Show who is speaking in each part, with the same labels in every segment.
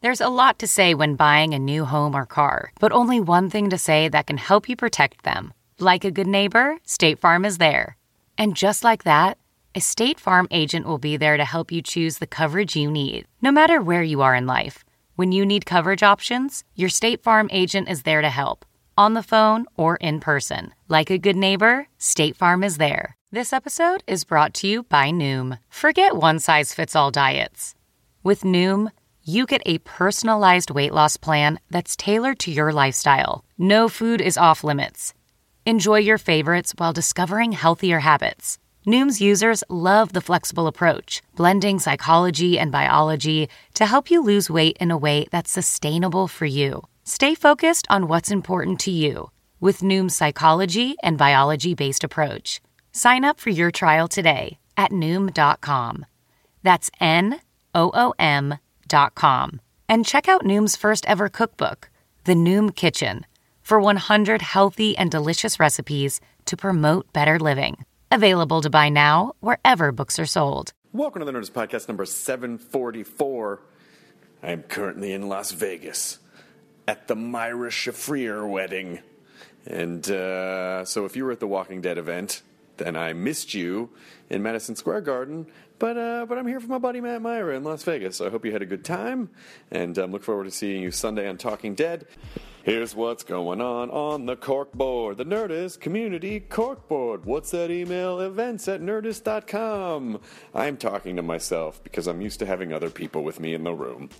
Speaker 1: There's a lot to say when buying a new home or car, but only one thing to say that can help you protect them. Like a good neighbor, State Farm is there. And just like that, a State Farm agent will be there to help you choose the coverage you need, no matter where you are in life. When you need coverage options, your State Farm agent is there to help, on the phone or in person. Like a good neighbor, State Farm is there. This episode is brought to you by Noom. Forget one size fits all diets. With Noom, you get a personalized weight loss plan that's tailored to your lifestyle. No food is off limits. Enjoy your favorites while discovering healthier habits. Noom's users love the flexible approach, blending psychology and biology to help you lose weight in a way that's sustainable for you. Stay focused on what's important to you with Noom's psychology and biology based approach. Sign up for your trial today at Noom.com. That's N O O M dot com. And check out Noom's first ever cookbook, The Noom Kitchen, for 100 healthy and delicious recipes to promote better living. Available to buy now wherever books are sold.
Speaker 2: Welcome to the Nerdist Podcast number 744. I am currently in Las Vegas at the Myra Shafrir wedding. And uh, so if you were at the Walking Dead event, then I missed you in Madison Square Garden. But, uh, but I'm here for my buddy Matt Myra in Las Vegas. So I hope you had a good time and um, look forward to seeing you Sunday on Talking Dead. Here's what's going on on the corkboard, the Nerdist Community Corkboard. What's that email? Events at nerdist.com. I'm talking to myself because I'm used to having other people with me in the room.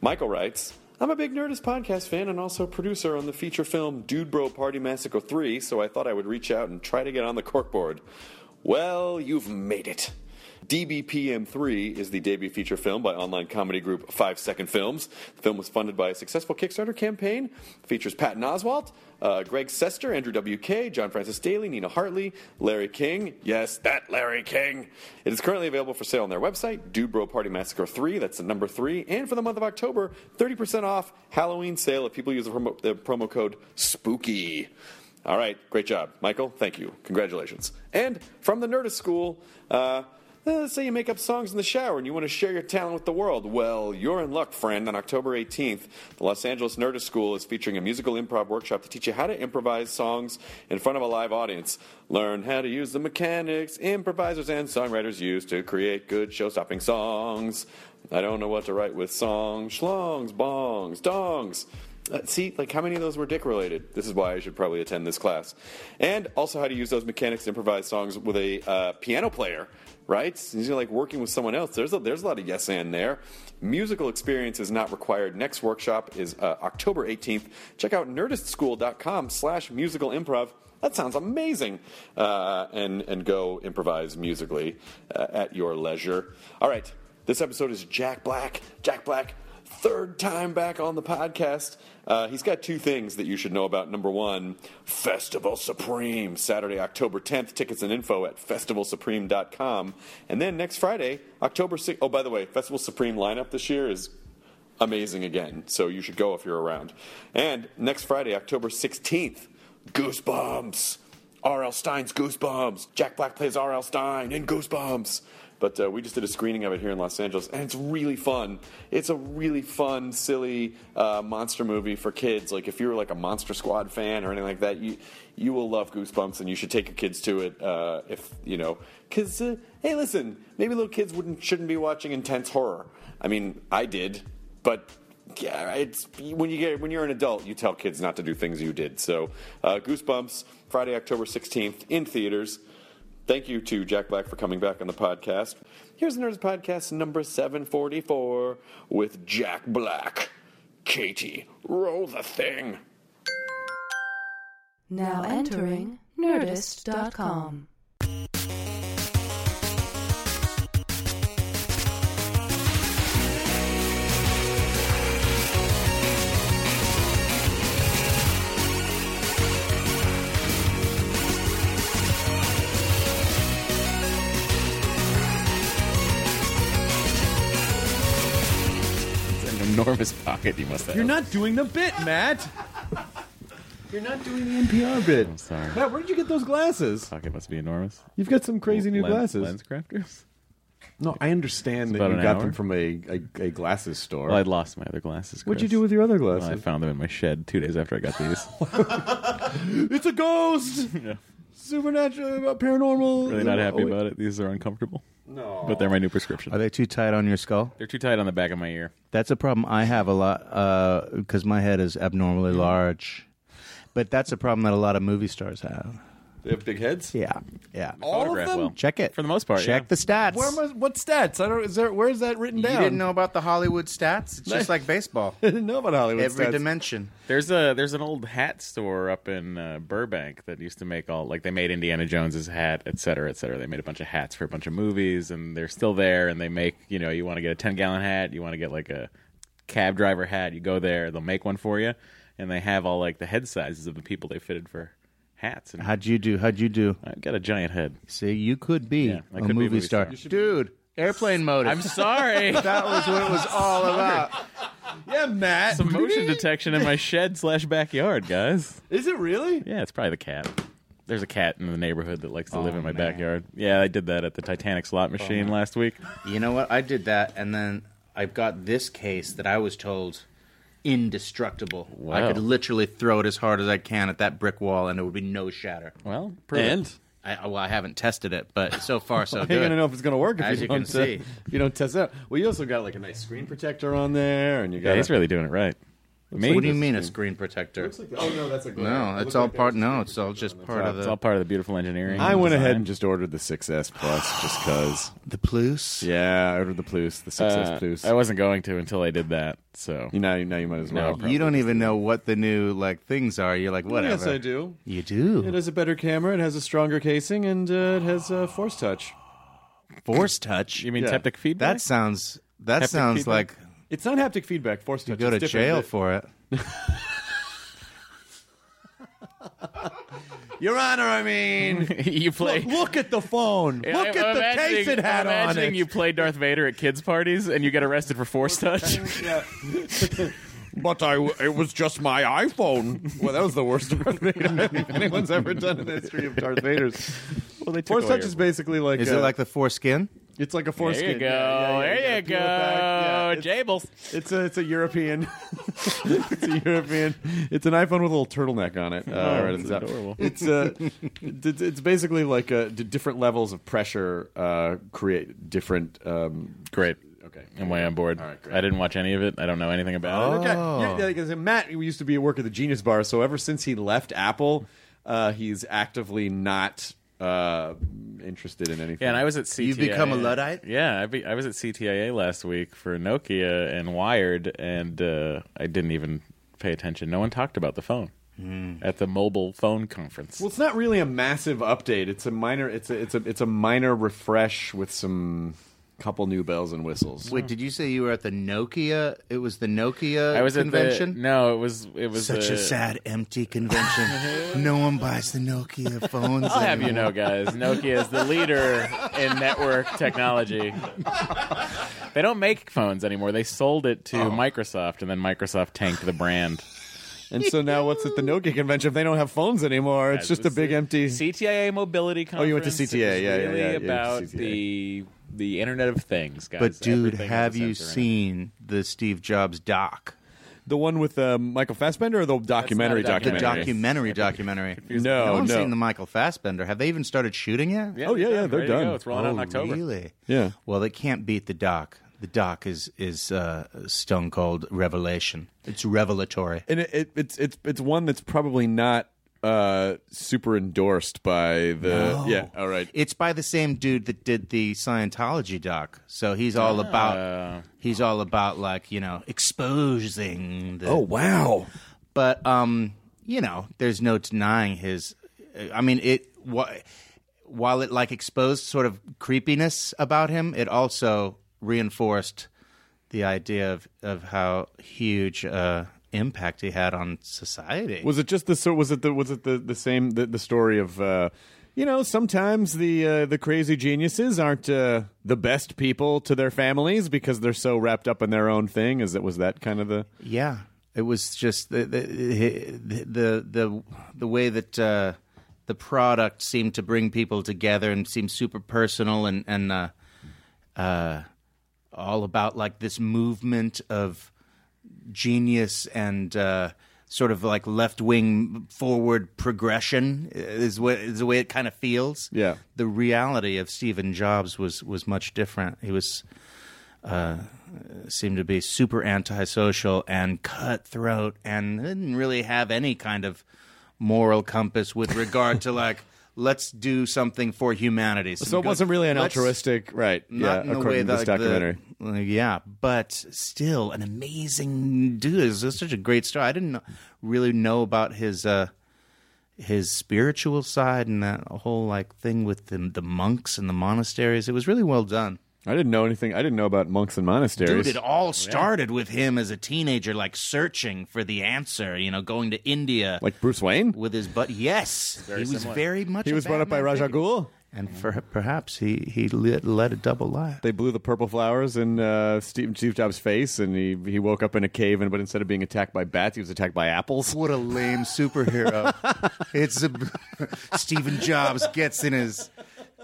Speaker 2: Michael writes, I'm a big Nerdist podcast fan and also producer on the feature film Dude Bro Party Massacre 3, so I thought I would reach out and try to get on the corkboard. Well, you've made it. DBPM3 is the debut feature film by online comedy group Five Second Films. The film was funded by a successful Kickstarter campaign. Features Patton Oswalt, uh, Greg Sester, Andrew W.K., John Francis Daly, Nina Hartley, Larry King. Yes, that Larry King. It is currently available for sale on their website, Dude Bro Party Massacre 3, that's the number 3. And for the month of October, 30% off Halloween sale if people use the promo, the promo code SPOOKY. All right, great job, Michael. Thank you. Congratulations. And from the Nerdist School, uh, eh, let's say you make up songs in the shower and you want to share your talent with the world. Well, you're in luck, friend. On October 18th, the Los Angeles Nerdist School is featuring a musical improv workshop to teach you how to improvise songs in front of a live audience. Learn how to use the mechanics improvisers and songwriters use to create good show-stopping songs. I don't know what to write with songs, schlongs, bongs, dongs. Uh, see, like how many of those were dick related? This is why I should probably attend this class. And also how to use those mechanics to improvise songs with a uh, piano player, right? Since you're like working with someone else, there's a, there's a lot of yes and there. Musical experience is not required. Next workshop is uh, October 18th. Check out nerdistschool.com slash musical improv. That sounds amazing. Uh, and, and go improvise musically uh, at your leisure. All right, this episode is Jack Black. Jack Black, third time back on the podcast. Uh, he's got two things that you should know about. Number one, Festival Supreme, Saturday, October 10th. Tickets and info at festivalsupreme.com. And then next Friday, October 6th. Oh, by the way, Festival Supreme lineup this year is amazing again. So you should go if you're around. And next Friday, October 16th, Goosebumps. R.L. Stein's Goosebumps. Jack Black plays R.L. Stein in Goosebumps. But uh, we just did a screening of it here in Los Angeles, and it's really fun. It's a really fun, silly uh, monster movie for kids. Like if you're like a Monster Squad fan or anything like that, you you will love Goosebumps, and you should take your kids to it. Uh, if you know, because uh, hey, listen, maybe little kids wouldn't shouldn't be watching intense horror. I mean, I did, but yeah, it's when you get when you're an adult, you tell kids not to do things you did. So, uh, Goosebumps, Friday, October sixteenth, in theaters. Thank you to Jack Black for coming back on the podcast. Here's Nerds Podcast number seven forty four with Jack Black. Katie, roll the thing.
Speaker 3: Now entering Nerdist.com.
Speaker 4: an enormous pocket you must have.
Speaker 5: You're not doing the bit, Matt. You're not doing the NPR bit.
Speaker 4: I'm sorry.
Speaker 5: Matt, where did you get those glasses?
Speaker 4: Pocket must be enormous.
Speaker 5: You've got some crazy new
Speaker 4: Lens-
Speaker 5: glasses.
Speaker 4: Lens crafters.
Speaker 2: No, I understand that
Speaker 4: about
Speaker 2: you
Speaker 4: an
Speaker 2: got
Speaker 4: hour.
Speaker 2: them from a, a, a glasses store.
Speaker 4: Well, I lost my other glasses.
Speaker 2: What'd you
Speaker 4: Chris.
Speaker 2: do with your other
Speaker 4: Well,
Speaker 2: glasses?
Speaker 4: I found them in my shed two days after I got these.
Speaker 2: it's a ghost.
Speaker 4: Yeah.
Speaker 2: Supernatural, uh, paranormal.
Speaker 4: really not happy
Speaker 2: Oh, wait.
Speaker 4: about it. These are uncomfortable,
Speaker 2: No.
Speaker 4: but they're my new prescription.
Speaker 6: Are they too tight on your skull?
Speaker 4: They're too tight on the back of my ear.
Speaker 6: That's a problem I have a lot because my head is abnormally large. But that's a problem that a lot of movie stars have.
Speaker 2: They have big heads.
Speaker 6: Yeah, yeah.
Speaker 2: All of
Speaker 4: Photograph
Speaker 2: them.
Speaker 4: well.
Speaker 6: Check it
Speaker 4: For the most part,
Speaker 6: Check
Speaker 4: yeah.
Speaker 6: the stats.
Speaker 2: Where am I, what stats? I don't. Is there? Where is that written
Speaker 6: you
Speaker 2: down?
Speaker 6: didn't know about the Hollywood stats? It's just like baseball.
Speaker 2: I didn't know about Hollywood
Speaker 6: Every
Speaker 2: stats.
Speaker 6: dimension.
Speaker 4: There's a there's an old hat store up in uh, Burbank that used to make all like they made Indiana Jones's hat, et cetera, et cetera. They made a bunch of hats for a bunch of movies, and they're still there. And they make you know you want to get a ten gallon hat, you want to get like a cab driver hat. You go there, they'll make one for you, and they have all like the head sizes of the people they fitted for hats. And
Speaker 6: How'd you do? How'd you do?
Speaker 4: I've got a giant head.
Speaker 6: See, you could be
Speaker 4: Yeah, I
Speaker 6: a
Speaker 4: could be
Speaker 6: movie, star, dude. Airplane mode.
Speaker 4: I'm sorry.
Speaker 6: that was what it was all about.
Speaker 2: Yeah, Matt.
Speaker 4: Some motion detection in my shed slash backyard, guys.
Speaker 2: Is it really?
Speaker 4: Yeah, it's probably the cat. There's a cat in the neighborhood that likes to live in
Speaker 2: Oh,
Speaker 4: my
Speaker 6: man.
Speaker 4: backyard. Yeah, I did that at the Titanic slot machine last week.
Speaker 6: You know what? I did that, and then I got this case that I was told indestructible. I
Speaker 4: Wow.
Speaker 6: could literally throw it as hard as I can at that brick wall, and it would be no shatter.
Speaker 4: Well,
Speaker 2: And
Speaker 6: I, well, I haven't tested it, but so far so
Speaker 2: How you gonna
Speaker 6: good.
Speaker 2: know if it's gonna work if
Speaker 6: As
Speaker 2: you,
Speaker 6: you
Speaker 2: don't
Speaker 6: can
Speaker 2: uh,
Speaker 6: see.
Speaker 2: if you don't test it out? Well, you also got like a nice screen protector on there, and you got.
Speaker 4: yeah, he's really doing it right. Me?
Speaker 6: What do you mean a screen protector?
Speaker 2: Looks like, oh no, that's a. glare. It
Speaker 6: No,
Speaker 2: looks
Speaker 6: it's all
Speaker 2: like
Speaker 6: part.
Speaker 2: there's-
Speaker 6: No, it's all just part of
Speaker 4: Uh, It's
Speaker 6: the
Speaker 4: all part of the beautiful engineering.
Speaker 2: I went ahead
Speaker 4: design.
Speaker 2: and just ordered the 6S Plus just because.
Speaker 6: the plus.
Speaker 2: Yeah, I ordered the Plus, the 6S
Speaker 4: Uh,
Speaker 2: Plus.
Speaker 4: I wasn't going to until I did that. So
Speaker 2: You know, now you might as
Speaker 4: No,
Speaker 2: well.
Speaker 6: You don't even know what the new like things are. You're like whatever.
Speaker 2: Yes, I do.
Speaker 6: You
Speaker 2: It
Speaker 6: do.
Speaker 2: has a better camera. It has a stronger casing, and uh, it has uh, force touch.
Speaker 6: Force touch.
Speaker 4: you mean
Speaker 2: Yeah.
Speaker 4: teptic feedback?
Speaker 6: That sounds. That
Speaker 4: Haptic
Speaker 6: sounds
Speaker 4: feedback?
Speaker 6: like
Speaker 2: It's not haptic feedback. Force
Speaker 6: you
Speaker 2: touch.
Speaker 6: go to
Speaker 2: It's different.
Speaker 6: jail for it.
Speaker 2: Your Honor. I mean,
Speaker 4: you play.
Speaker 2: look, look at the phone.
Speaker 4: Yeah,
Speaker 2: look
Speaker 4: I'm-
Speaker 2: at
Speaker 4: I'm
Speaker 2: the case
Speaker 4: imagining-
Speaker 2: it had
Speaker 4: I'm
Speaker 2: on
Speaker 4: imagining
Speaker 2: it.
Speaker 4: you play Darth Vader at kids parties and you get arrested for force touch.
Speaker 2: But I, it was just my iPhone. well, that was the worst Darth Vader I think anyone's ever done in the history of Darth Vader's.
Speaker 4: well, they
Speaker 2: Force touch is basically like
Speaker 6: Is
Speaker 2: a,
Speaker 6: it like the foreskin?
Speaker 2: it's like a
Speaker 4: There
Speaker 2: foreskin.
Speaker 4: you go.
Speaker 2: Yeah, yeah, yeah,
Speaker 4: there you
Speaker 2: gotta peel it back.
Speaker 4: go.
Speaker 2: Yeah, it's-
Speaker 4: Jables.
Speaker 2: It's a it's a European. it's a European. It's an iPhone with a little turtleneck on it. Uh, right at the
Speaker 4: that's
Speaker 2: top.
Speaker 4: Oh, adorable.
Speaker 2: It's uh, it's, it's basically like uh, d- different levels of pressure uh, create different. Um,
Speaker 4: Great.
Speaker 2: okay.
Speaker 4: Am I on board?
Speaker 2: All right, great.
Speaker 4: I didn't watch any of it. I don't know anything about it.
Speaker 2: Okay. Yeah, yeah, because Matt used to be at work at the Genius Bar, so ever since he left Apple, uh, he's actively not uh, interested in anything.
Speaker 4: Yeah, and I was at CTIA.
Speaker 6: You've become a Luddite?
Speaker 4: Yeah, I, be, I was at CTIA last week for Nokia and Wired, and uh, I didn't even pay attention. No one talked about the phone at the mobile phone conference.
Speaker 2: Well, it's not really a massive update. It's a minor. It's a it's a it's a minor refresh with some couple new bells and whistles.
Speaker 6: Wait, did you say you were at the Nokia? It was the Nokia
Speaker 4: I was at the
Speaker 6: convention.
Speaker 4: no, it was it was
Speaker 6: Such
Speaker 4: uh,
Speaker 6: a sad, empty convention. no one buys the Nokia phones.
Speaker 4: I'll have you know, guys, Nokia is the leader in network technology. They don't make phones anymore. They sold it
Speaker 2: Oh.
Speaker 4: to Microsoft, and then Microsoft tanked the brand.
Speaker 2: And so now, what's at the Nokia convention? If they don't have phones anymore, it's
Speaker 4: It
Speaker 2: just a
Speaker 4: was
Speaker 2: big
Speaker 4: the
Speaker 2: empty. Oh,
Speaker 4: CTIA mobility conference.
Speaker 2: you went to CTA,
Speaker 4: It was
Speaker 2: yeah, yeah,
Speaker 4: really
Speaker 2: yeah, yeah,
Speaker 4: about
Speaker 2: CTA.
Speaker 4: the the Internet of Things, guys.
Speaker 6: But dude,
Speaker 4: Everything has a
Speaker 6: have you
Speaker 4: sensor in it.
Speaker 6: seen the Steve Jobs doc?
Speaker 2: The one with um, Michael Fassbender or the documentary
Speaker 4: not a
Speaker 6: The
Speaker 2: documentary?
Speaker 6: documentary, documentary.
Speaker 2: No,
Speaker 6: no one's
Speaker 2: no.
Speaker 6: seen the Michael Fassbender. Have they even started shooting yet?
Speaker 2: Oh, yeah,
Speaker 4: they're
Speaker 2: yeah,
Speaker 4: done.
Speaker 2: they're
Speaker 4: Ready to
Speaker 2: done.
Speaker 4: go. It's rolling out in
Speaker 6: Oh,
Speaker 4: October.
Speaker 6: Really?
Speaker 2: Yeah.
Speaker 6: Well, they can't beat the doc. The doc is is uh, stone cold revelation. It's revelatory.
Speaker 2: and it, it, it's it's it's one that's probably not uh, super endorsed by the. Yeah. All right.
Speaker 6: It's by the same dude that did the Scientology doc. So he's all about he's all about like, you know, exposing the
Speaker 4: Oh.
Speaker 2: wow.
Speaker 6: but um, you know, there's no denying his uh, I mean, it wh- while it like exposed sort of creepiness about him, it also reinforced the idea of of how huge uh impact he had on society.
Speaker 2: Was it just the so? Was it the was it the the same the, the story of? Uh, you know, sometimes the uh, the crazy geniuses aren't uh, the best people to their families because they're so wrapped up in their own thing. Is it was that kind of the?
Speaker 6: Yeah, it was just the the the the, the, the way that uh, the product seemed to bring people together and seemed super personal and and uh, uh, all about like this movement of genius and uh, sort of like left wing forward progression is what is the way it kind of feels.
Speaker 2: Yeah.
Speaker 6: the reality of Stephen Jobs was was much different. He was uh, seemed to be super antisocial and cutthroat and didn't really have any kind of moral compass with regard to like. Let's do something for humanity.
Speaker 2: So it wasn't really an
Speaker 6: Let's-
Speaker 2: altruistic, right?
Speaker 6: not
Speaker 2: yeah,
Speaker 6: in the
Speaker 2: according
Speaker 6: way
Speaker 2: to
Speaker 6: that
Speaker 2: this
Speaker 6: like,
Speaker 2: documentary.
Speaker 6: The, like, yeah, but still an amazing dude. This is such a great story. I didn't know, really know about his uh, his spiritual side and that whole like thing with the, the monks and the monasteries. It was really well done.
Speaker 2: I didn't know anything. I didn't know about monks and monasteries.
Speaker 6: Dude, it all started with him as a teenager, like searching for the answer. You know, going to India
Speaker 2: like Bruce Wayne,
Speaker 6: with his butt. Yes, he was very much.
Speaker 2: he
Speaker 6: a
Speaker 2: was brought up by
Speaker 6: Batman
Speaker 2: Raja
Speaker 6: figure.
Speaker 2: Ghul.
Speaker 6: and for, perhaps he he led, led a double life.
Speaker 2: They blew the purple flowers in uh, Steve, Steve Jobs' face, and he he woke up in a cave. And but instead of being attacked by bats, he was attacked by apples.
Speaker 6: What a lame superhero. it's a Stephen Jobs gets in his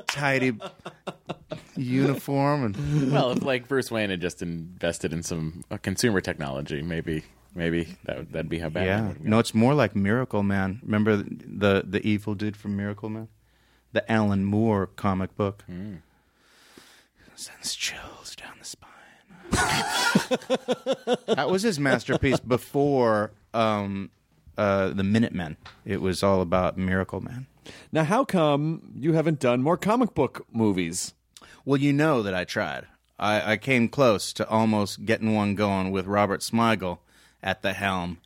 Speaker 6: tidy uniform and
Speaker 4: well, if like Bruce Wayne had just invested in some uh, consumer technology, maybe maybe that would, that'd be how bad.
Speaker 6: yeah. No, it's more like Miracle Man. Remember the the evil dude from Miracle Man? The Alan Moore comic book. Sends chills down the spine. that was his masterpiece before um, uh, the Minutemen. It was all about Miracle Man.
Speaker 2: Now, how come you haven't done more comic book movies?
Speaker 6: Well, you know that I tried. I, I came close to almost getting one going with Robert Smigel at the helm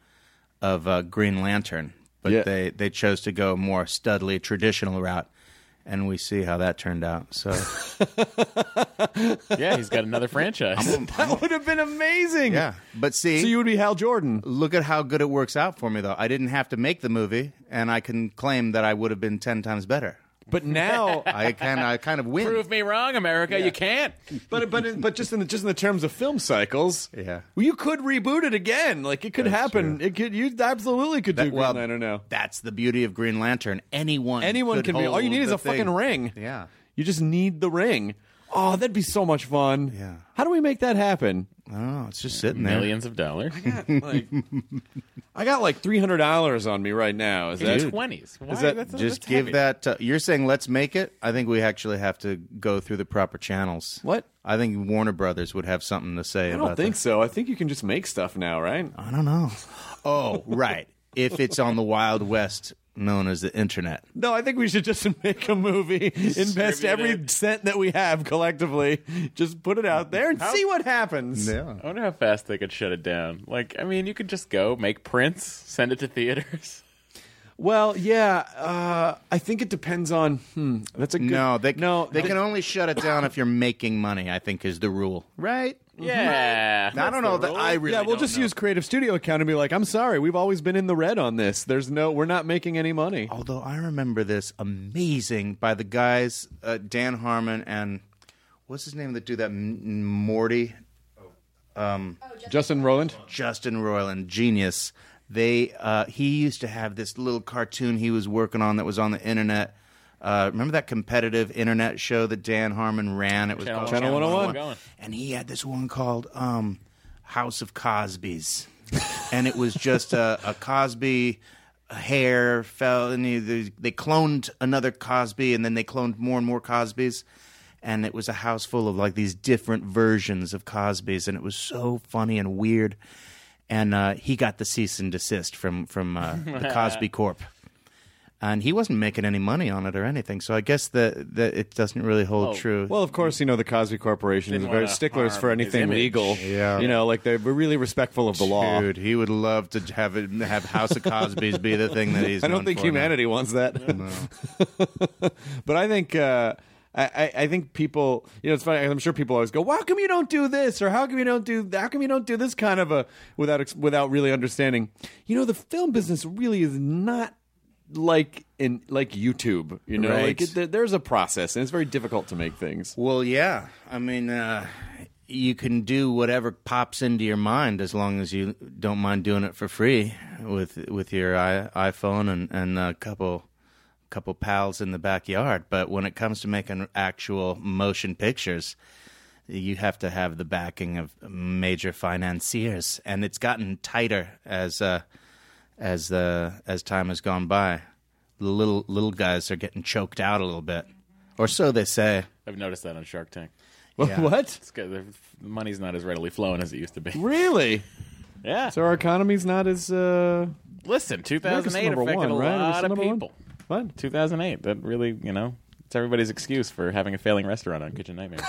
Speaker 6: of uh, Green Lantern, but
Speaker 2: Yeah.
Speaker 6: they, they chose to go more studly traditional route, and we see how that turned out. So
Speaker 4: yeah, he's got another franchise.
Speaker 2: That would have been amazing.
Speaker 6: yeah, but see,
Speaker 2: So you would be Hal Jordan.
Speaker 6: look at how good it works out for me though. I didn't have to make the movie, and I can claim that I would have been ten times better.
Speaker 2: But now,
Speaker 6: I can I kind of win.
Speaker 4: Prove me wrong, America. You can't.
Speaker 2: but but in, but just in the, just in the terms of film cycles,
Speaker 6: Yeah.
Speaker 2: well, you could reboot it again. Like it could happen. It could you absolutely could do.
Speaker 6: well,
Speaker 2: Green Lantern now.
Speaker 6: That's the beauty of Green Lantern. Anyone,
Speaker 2: Anyone
Speaker 6: could
Speaker 2: can be. All you
Speaker 6: hold
Speaker 2: need is
Speaker 6: the
Speaker 2: a fucking
Speaker 6: thing.
Speaker 2: ring.
Speaker 6: Yeah.
Speaker 2: You just need the ring. Oh, that'd be so much fun.
Speaker 6: Yeah.
Speaker 2: How do we make that happen?
Speaker 6: Oh, it's just sitting there.
Speaker 4: Millions of dollars.
Speaker 2: Like, I got like three hundred dollars on me right now. Is that
Speaker 4: In twenties.
Speaker 2: Is that
Speaker 6: just give that. Uh, you're saying let's make it. I think we actually have to go through the proper channels.
Speaker 2: What?
Speaker 6: I think Warner Brothers would have something to say
Speaker 2: I
Speaker 6: about
Speaker 2: don't think so. I think you can just make stuff now, right?
Speaker 6: that. I don't know. Oh, right. if it's on the Wild West, known as the internet.
Speaker 2: No, I think we should just make a movie, invest every cent that we have collectively, just put it out there and see what happens.
Speaker 4: I wonder how fast they could shut it down. Like, I mean, you could just go make prints, send it to theaters.
Speaker 2: Well, yeah, uh, I think it depends on. Hmm, that's a good,
Speaker 6: No, they
Speaker 2: no,
Speaker 6: They can only shut it down if you're making money. I think is the rule, right?
Speaker 4: Yeah.
Speaker 6: I don't know. That I really.
Speaker 2: yeah, we'll
Speaker 6: don't
Speaker 2: just
Speaker 6: know.
Speaker 2: use Creative Studio account and be like, "I'm sorry, we've always been in the red on this. There's no, we're not making any money."
Speaker 6: Although I remember this amazing by the guys uh, Dan Harmon and what's his name that do that M- Morty
Speaker 2: Justin Roland,
Speaker 6: Justin Roiland, genius. They uh, he used to have this little cartoon he was working on that was on the internet. Uh, remember that competitive internet show that Dan Harmon ran? It was
Speaker 4: Channel
Speaker 6: called
Speaker 4: Channel
Speaker 2: 101.
Speaker 6: and he had this one called um, House of Cosby's, and it was just a, a Cosby hair fell, and he, they, they cloned another Cosby, and then they cloned more and more Cosbys, and it was a house full of like these different versions of Cosbys, and it was so funny and weird, and uh, he got the cease and desist from from uh, the Cosby Corp. And he wasn't making any money on it or anything, so I guess that that it doesn't really hold true.
Speaker 2: Well, of course, you know the Cosby Corporation is
Speaker 4: Didn't
Speaker 2: very
Speaker 4: wanna
Speaker 2: sticklers for
Speaker 4: harm his
Speaker 2: anything
Speaker 4: image.
Speaker 2: legal. Yeah, you know, like they're really respectful of the law.
Speaker 6: Dude, he would love to have it, have House of Cosby's be the thing that he's.
Speaker 2: I don't
Speaker 6: known
Speaker 2: think
Speaker 6: for now.
Speaker 2: humanity wants that. but I think uh, I- I, I think people, you know, it's funny. I'm sure people always go, well, "How come you don't do this?" or "How come you don't do? How come you don't do this?" kind of a without ex- without really understanding. You know, the film business really is not like in like YouTube. You know,
Speaker 6: Right.
Speaker 2: like it, there, there's a process, and it's very difficult to make things.
Speaker 6: Well, yeah. I mean, uh, you can do whatever pops into your mind as long as you don't mind doing it for free with with your I- iPhone and and a couple couple pals in the backyard. But when it comes to making actual motion pictures, you have to have the backing of major financiers, and it's gotten tighter as uh, as the as time has gone by. The little little guys are getting choked out a little bit, or so they say.
Speaker 4: I've noticed that on Shark Tank.
Speaker 6: Yeah.
Speaker 2: What?
Speaker 4: It's good. The the money's not as readily flowing as it used to be.
Speaker 2: Really?
Speaker 4: Yeah.
Speaker 2: So our economy's not as uh
Speaker 4: Listen,
Speaker 2: America's
Speaker 4: 2008
Speaker 2: number
Speaker 4: affected
Speaker 2: one,
Speaker 4: a
Speaker 2: right? It was
Speaker 4: lot of
Speaker 2: number one.
Speaker 4: people.
Speaker 2: what?
Speaker 4: 2008. That really, you know, it's everybody's excuse for having a failing restaurant on Kitchen Nightmares.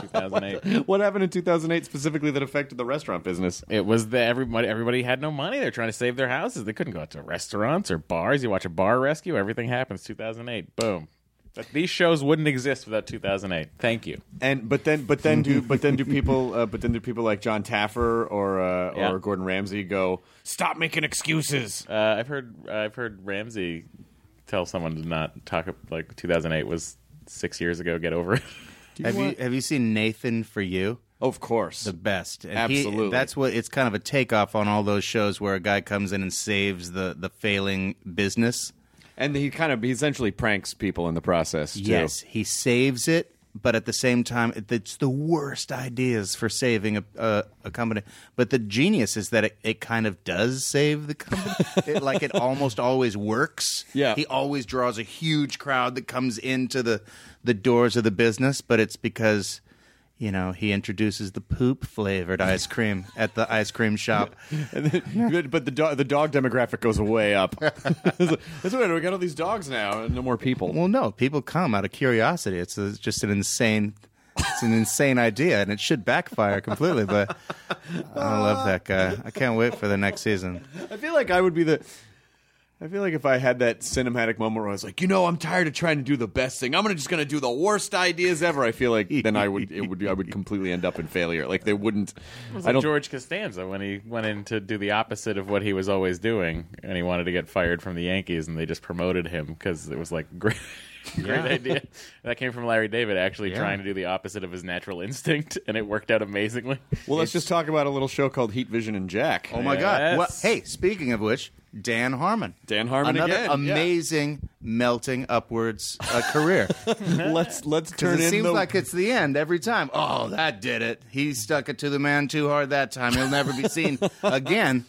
Speaker 4: 2008.
Speaker 2: What happened in 2008 specifically that affected the restaurant business?
Speaker 4: It was the everybody. Everybody had no money. They're trying to save their houses. They couldn't go out to restaurants or bars. You watch a bar rescue. Everything happens. 2008. Boom. But these shows wouldn't exist without 2008. Thank you.
Speaker 2: And but then but then do but then do people uh, but then do people like John Taffer or uh,
Speaker 4: Yeah.
Speaker 2: or Gordon Ramsay go stop making excuses?
Speaker 4: Uh, I've heard. I've heard Ramsey tell someone to not talk. Like 2008 was six years ago. Get over it.
Speaker 6: Have you have you seen Nathan for you?
Speaker 2: Of course.
Speaker 6: The best, and
Speaker 2: Absolutely.
Speaker 6: He, that's what it's kind of a takeoff on all those shows where a guy comes in and saves the the failing business.
Speaker 2: and he kind of he essentially pranks people in the process. Too.
Speaker 6: Yes, he saves it, but at the same time, it- it's the worst ideas for saving a, a, a company. But the genius is that it, it kind of does save the company. it, like it almost always works.
Speaker 2: Yeah.
Speaker 6: he always draws a huge crowd that comes into the the doors of the business, but it's because. You know, he introduces the poop flavored ice cream at the ice cream shop.
Speaker 2: And then- but- but the dog the dog demographic goes way up. That's weird. We got all these dogs now and no more people.
Speaker 6: Well, no, people come out of curiosity. It's, it's just an insane, it's an insane idea, and it should backfire completely. But I love that guy. I can't wait for the next season.
Speaker 2: I feel like I would be the. I feel like if I had that cinematic moment where I was like, you know, I'm tired of trying to do the best thing. I'm gonna just gonna do the worst ideas ever. I feel like then I would it would I would completely end up in failure. Like they wouldn't. I don't.
Speaker 4: George Costanza when he went in to do the opposite of what he was always doing, and he wanted to get fired from the Yankees, and they just promoted him because it was like great. Great idea. That came from Larry David actually trying to do the opposite of his natural instinct, and it worked out amazingly.
Speaker 2: Well, let's just talk about a little show called Heat Vision and Jack.
Speaker 6: Oh my God!
Speaker 4: Yes.
Speaker 6: Well, hey, speaking of which, Dan Harmon,
Speaker 2: Dan Harmon
Speaker 6: another
Speaker 2: again, yeah.
Speaker 6: amazing melting upwards uh, career.
Speaker 2: let's let's turn in
Speaker 6: Because it seems
Speaker 2: the
Speaker 6: like it's the end every time. Oh, that did it. He stuck it to the man too hard that time. He'll never be seen again.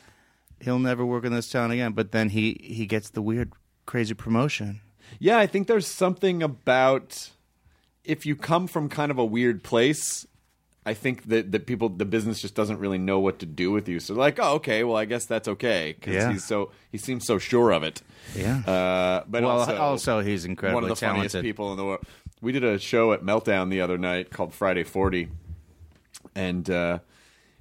Speaker 6: He'll never work in this town again. But then he he gets the weird, crazy promotion.
Speaker 2: Yeah, I think there's something about if you come from kind of a weird place, I think that that people the business just doesn't really know what to do with you. So like, oh, okay, well, I guess that's okay because
Speaker 6: Yeah.
Speaker 2: he's so he seems so sure of it.
Speaker 6: Yeah.
Speaker 2: Uh, but
Speaker 6: well,
Speaker 2: also,
Speaker 6: also, he's incredibly
Speaker 2: one of the
Speaker 6: talented.
Speaker 2: funniest people in the world. We did a show at Meltdown the other night called Friday Forty, and uh,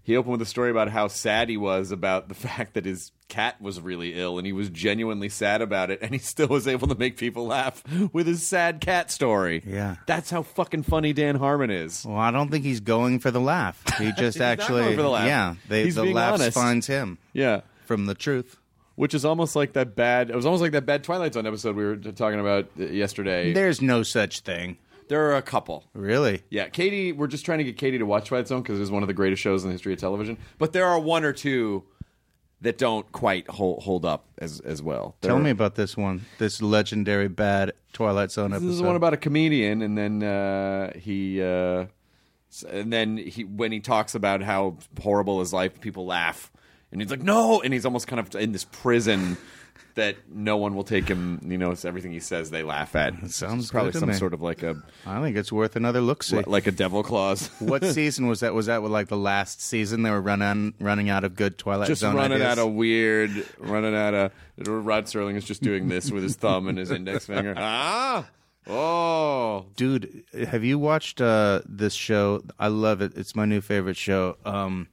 Speaker 2: he opened with a story about how sad he was about the fact that his cat was really ill, and he was genuinely sad about it, and he still was able to make people laugh with his sad cat story.
Speaker 6: Yeah.
Speaker 2: that's how fucking funny Dan Harmon is.
Speaker 6: Well, I don't think he's going for the laugh. He just
Speaker 2: not
Speaker 6: actually,
Speaker 2: going for the laugh.
Speaker 6: yeah, they,
Speaker 2: He's
Speaker 6: the
Speaker 2: being
Speaker 6: laughs
Speaker 2: honest.
Speaker 6: finds him
Speaker 2: Yeah.
Speaker 6: from the truth.
Speaker 2: Which is almost like that bad. It was almost like that bad Twilight Zone episode we were talking about uh, yesterday.
Speaker 6: There's no such thing,
Speaker 2: there are a couple.
Speaker 6: really.
Speaker 2: Yeah, Katie, we're just trying to get Katie to watch Twilight Zone because it is one of the greatest shows in the history of television. But there are one or two that don't quite hold, hold up as as well. There
Speaker 6: Tell
Speaker 2: are-
Speaker 6: me about this one, this legendary bad Twilight Zone episode.
Speaker 2: This is one about a comedian, and then uh, he, uh, s- and then he when he talks about how horrible his life, people laugh, and he's like, "No," and he's almost kind of in this prison that no one will take him. You know, it's everything he says they laugh at. It
Speaker 6: sounds good
Speaker 2: probably
Speaker 6: to
Speaker 2: some
Speaker 6: me.
Speaker 2: sort of like a
Speaker 6: I think it's worth another look. See,
Speaker 2: like a devil claws.
Speaker 6: what season was that? Was that with like the last season they were running running out of good Twilight
Speaker 2: just
Speaker 6: Zone
Speaker 2: running
Speaker 6: ideas?
Speaker 2: out of weird, running out of. Rod Serling is just doing this with his thumb and his index finger. Ah, oh,
Speaker 6: Dude, have you watched uh, this show? I love it. It's my new favorite show. Um,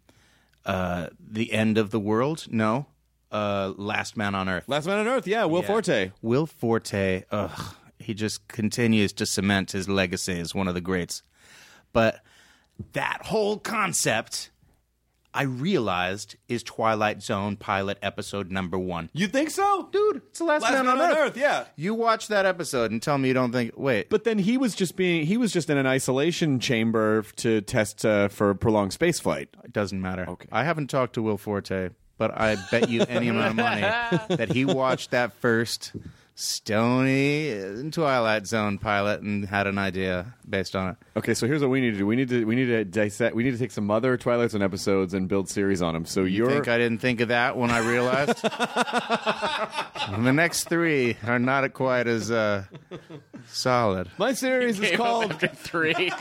Speaker 6: uh, the End of the World? No. Uh, Last Man on Earth.
Speaker 2: Last Man on Earth. Yeah, Will Forte.
Speaker 6: Will Forte, ugh, he just continues to cement his legacy as one of the greats. But that whole concept, I realized, is Twilight Zone pilot episode number one.
Speaker 2: You think so,
Speaker 6: Dude, it's the last,
Speaker 2: Last
Speaker 6: man,
Speaker 2: Man
Speaker 6: on,
Speaker 2: on
Speaker 6: earth.
Speaker 2: Earth, yeah.
Speaker 6: You watch that episode and tell me you don't think. Wait,
Speaker 2: But then he was just being. He was just in an isolation chamber to test uh, for prolonged space flight.
Speaker 6: It doesn't matter. Okay. I haven't talked to Will Forte, but I bet you any amount of money that he watched that first stony uh, Twilight Zone pilot and had an idea based on it.
Speaker 2: Okay, so here's what we need to do. We need to we need to dissect. We need to take some other Twilight Zone episodes and build series on them. So
Speaker 6: You
Speaker 2: are
Speaker 6: think I didn't think of that when I realized? the next three are not quite as uh, solid.
Speaker 2: my series is called.
Speaker 4: Three.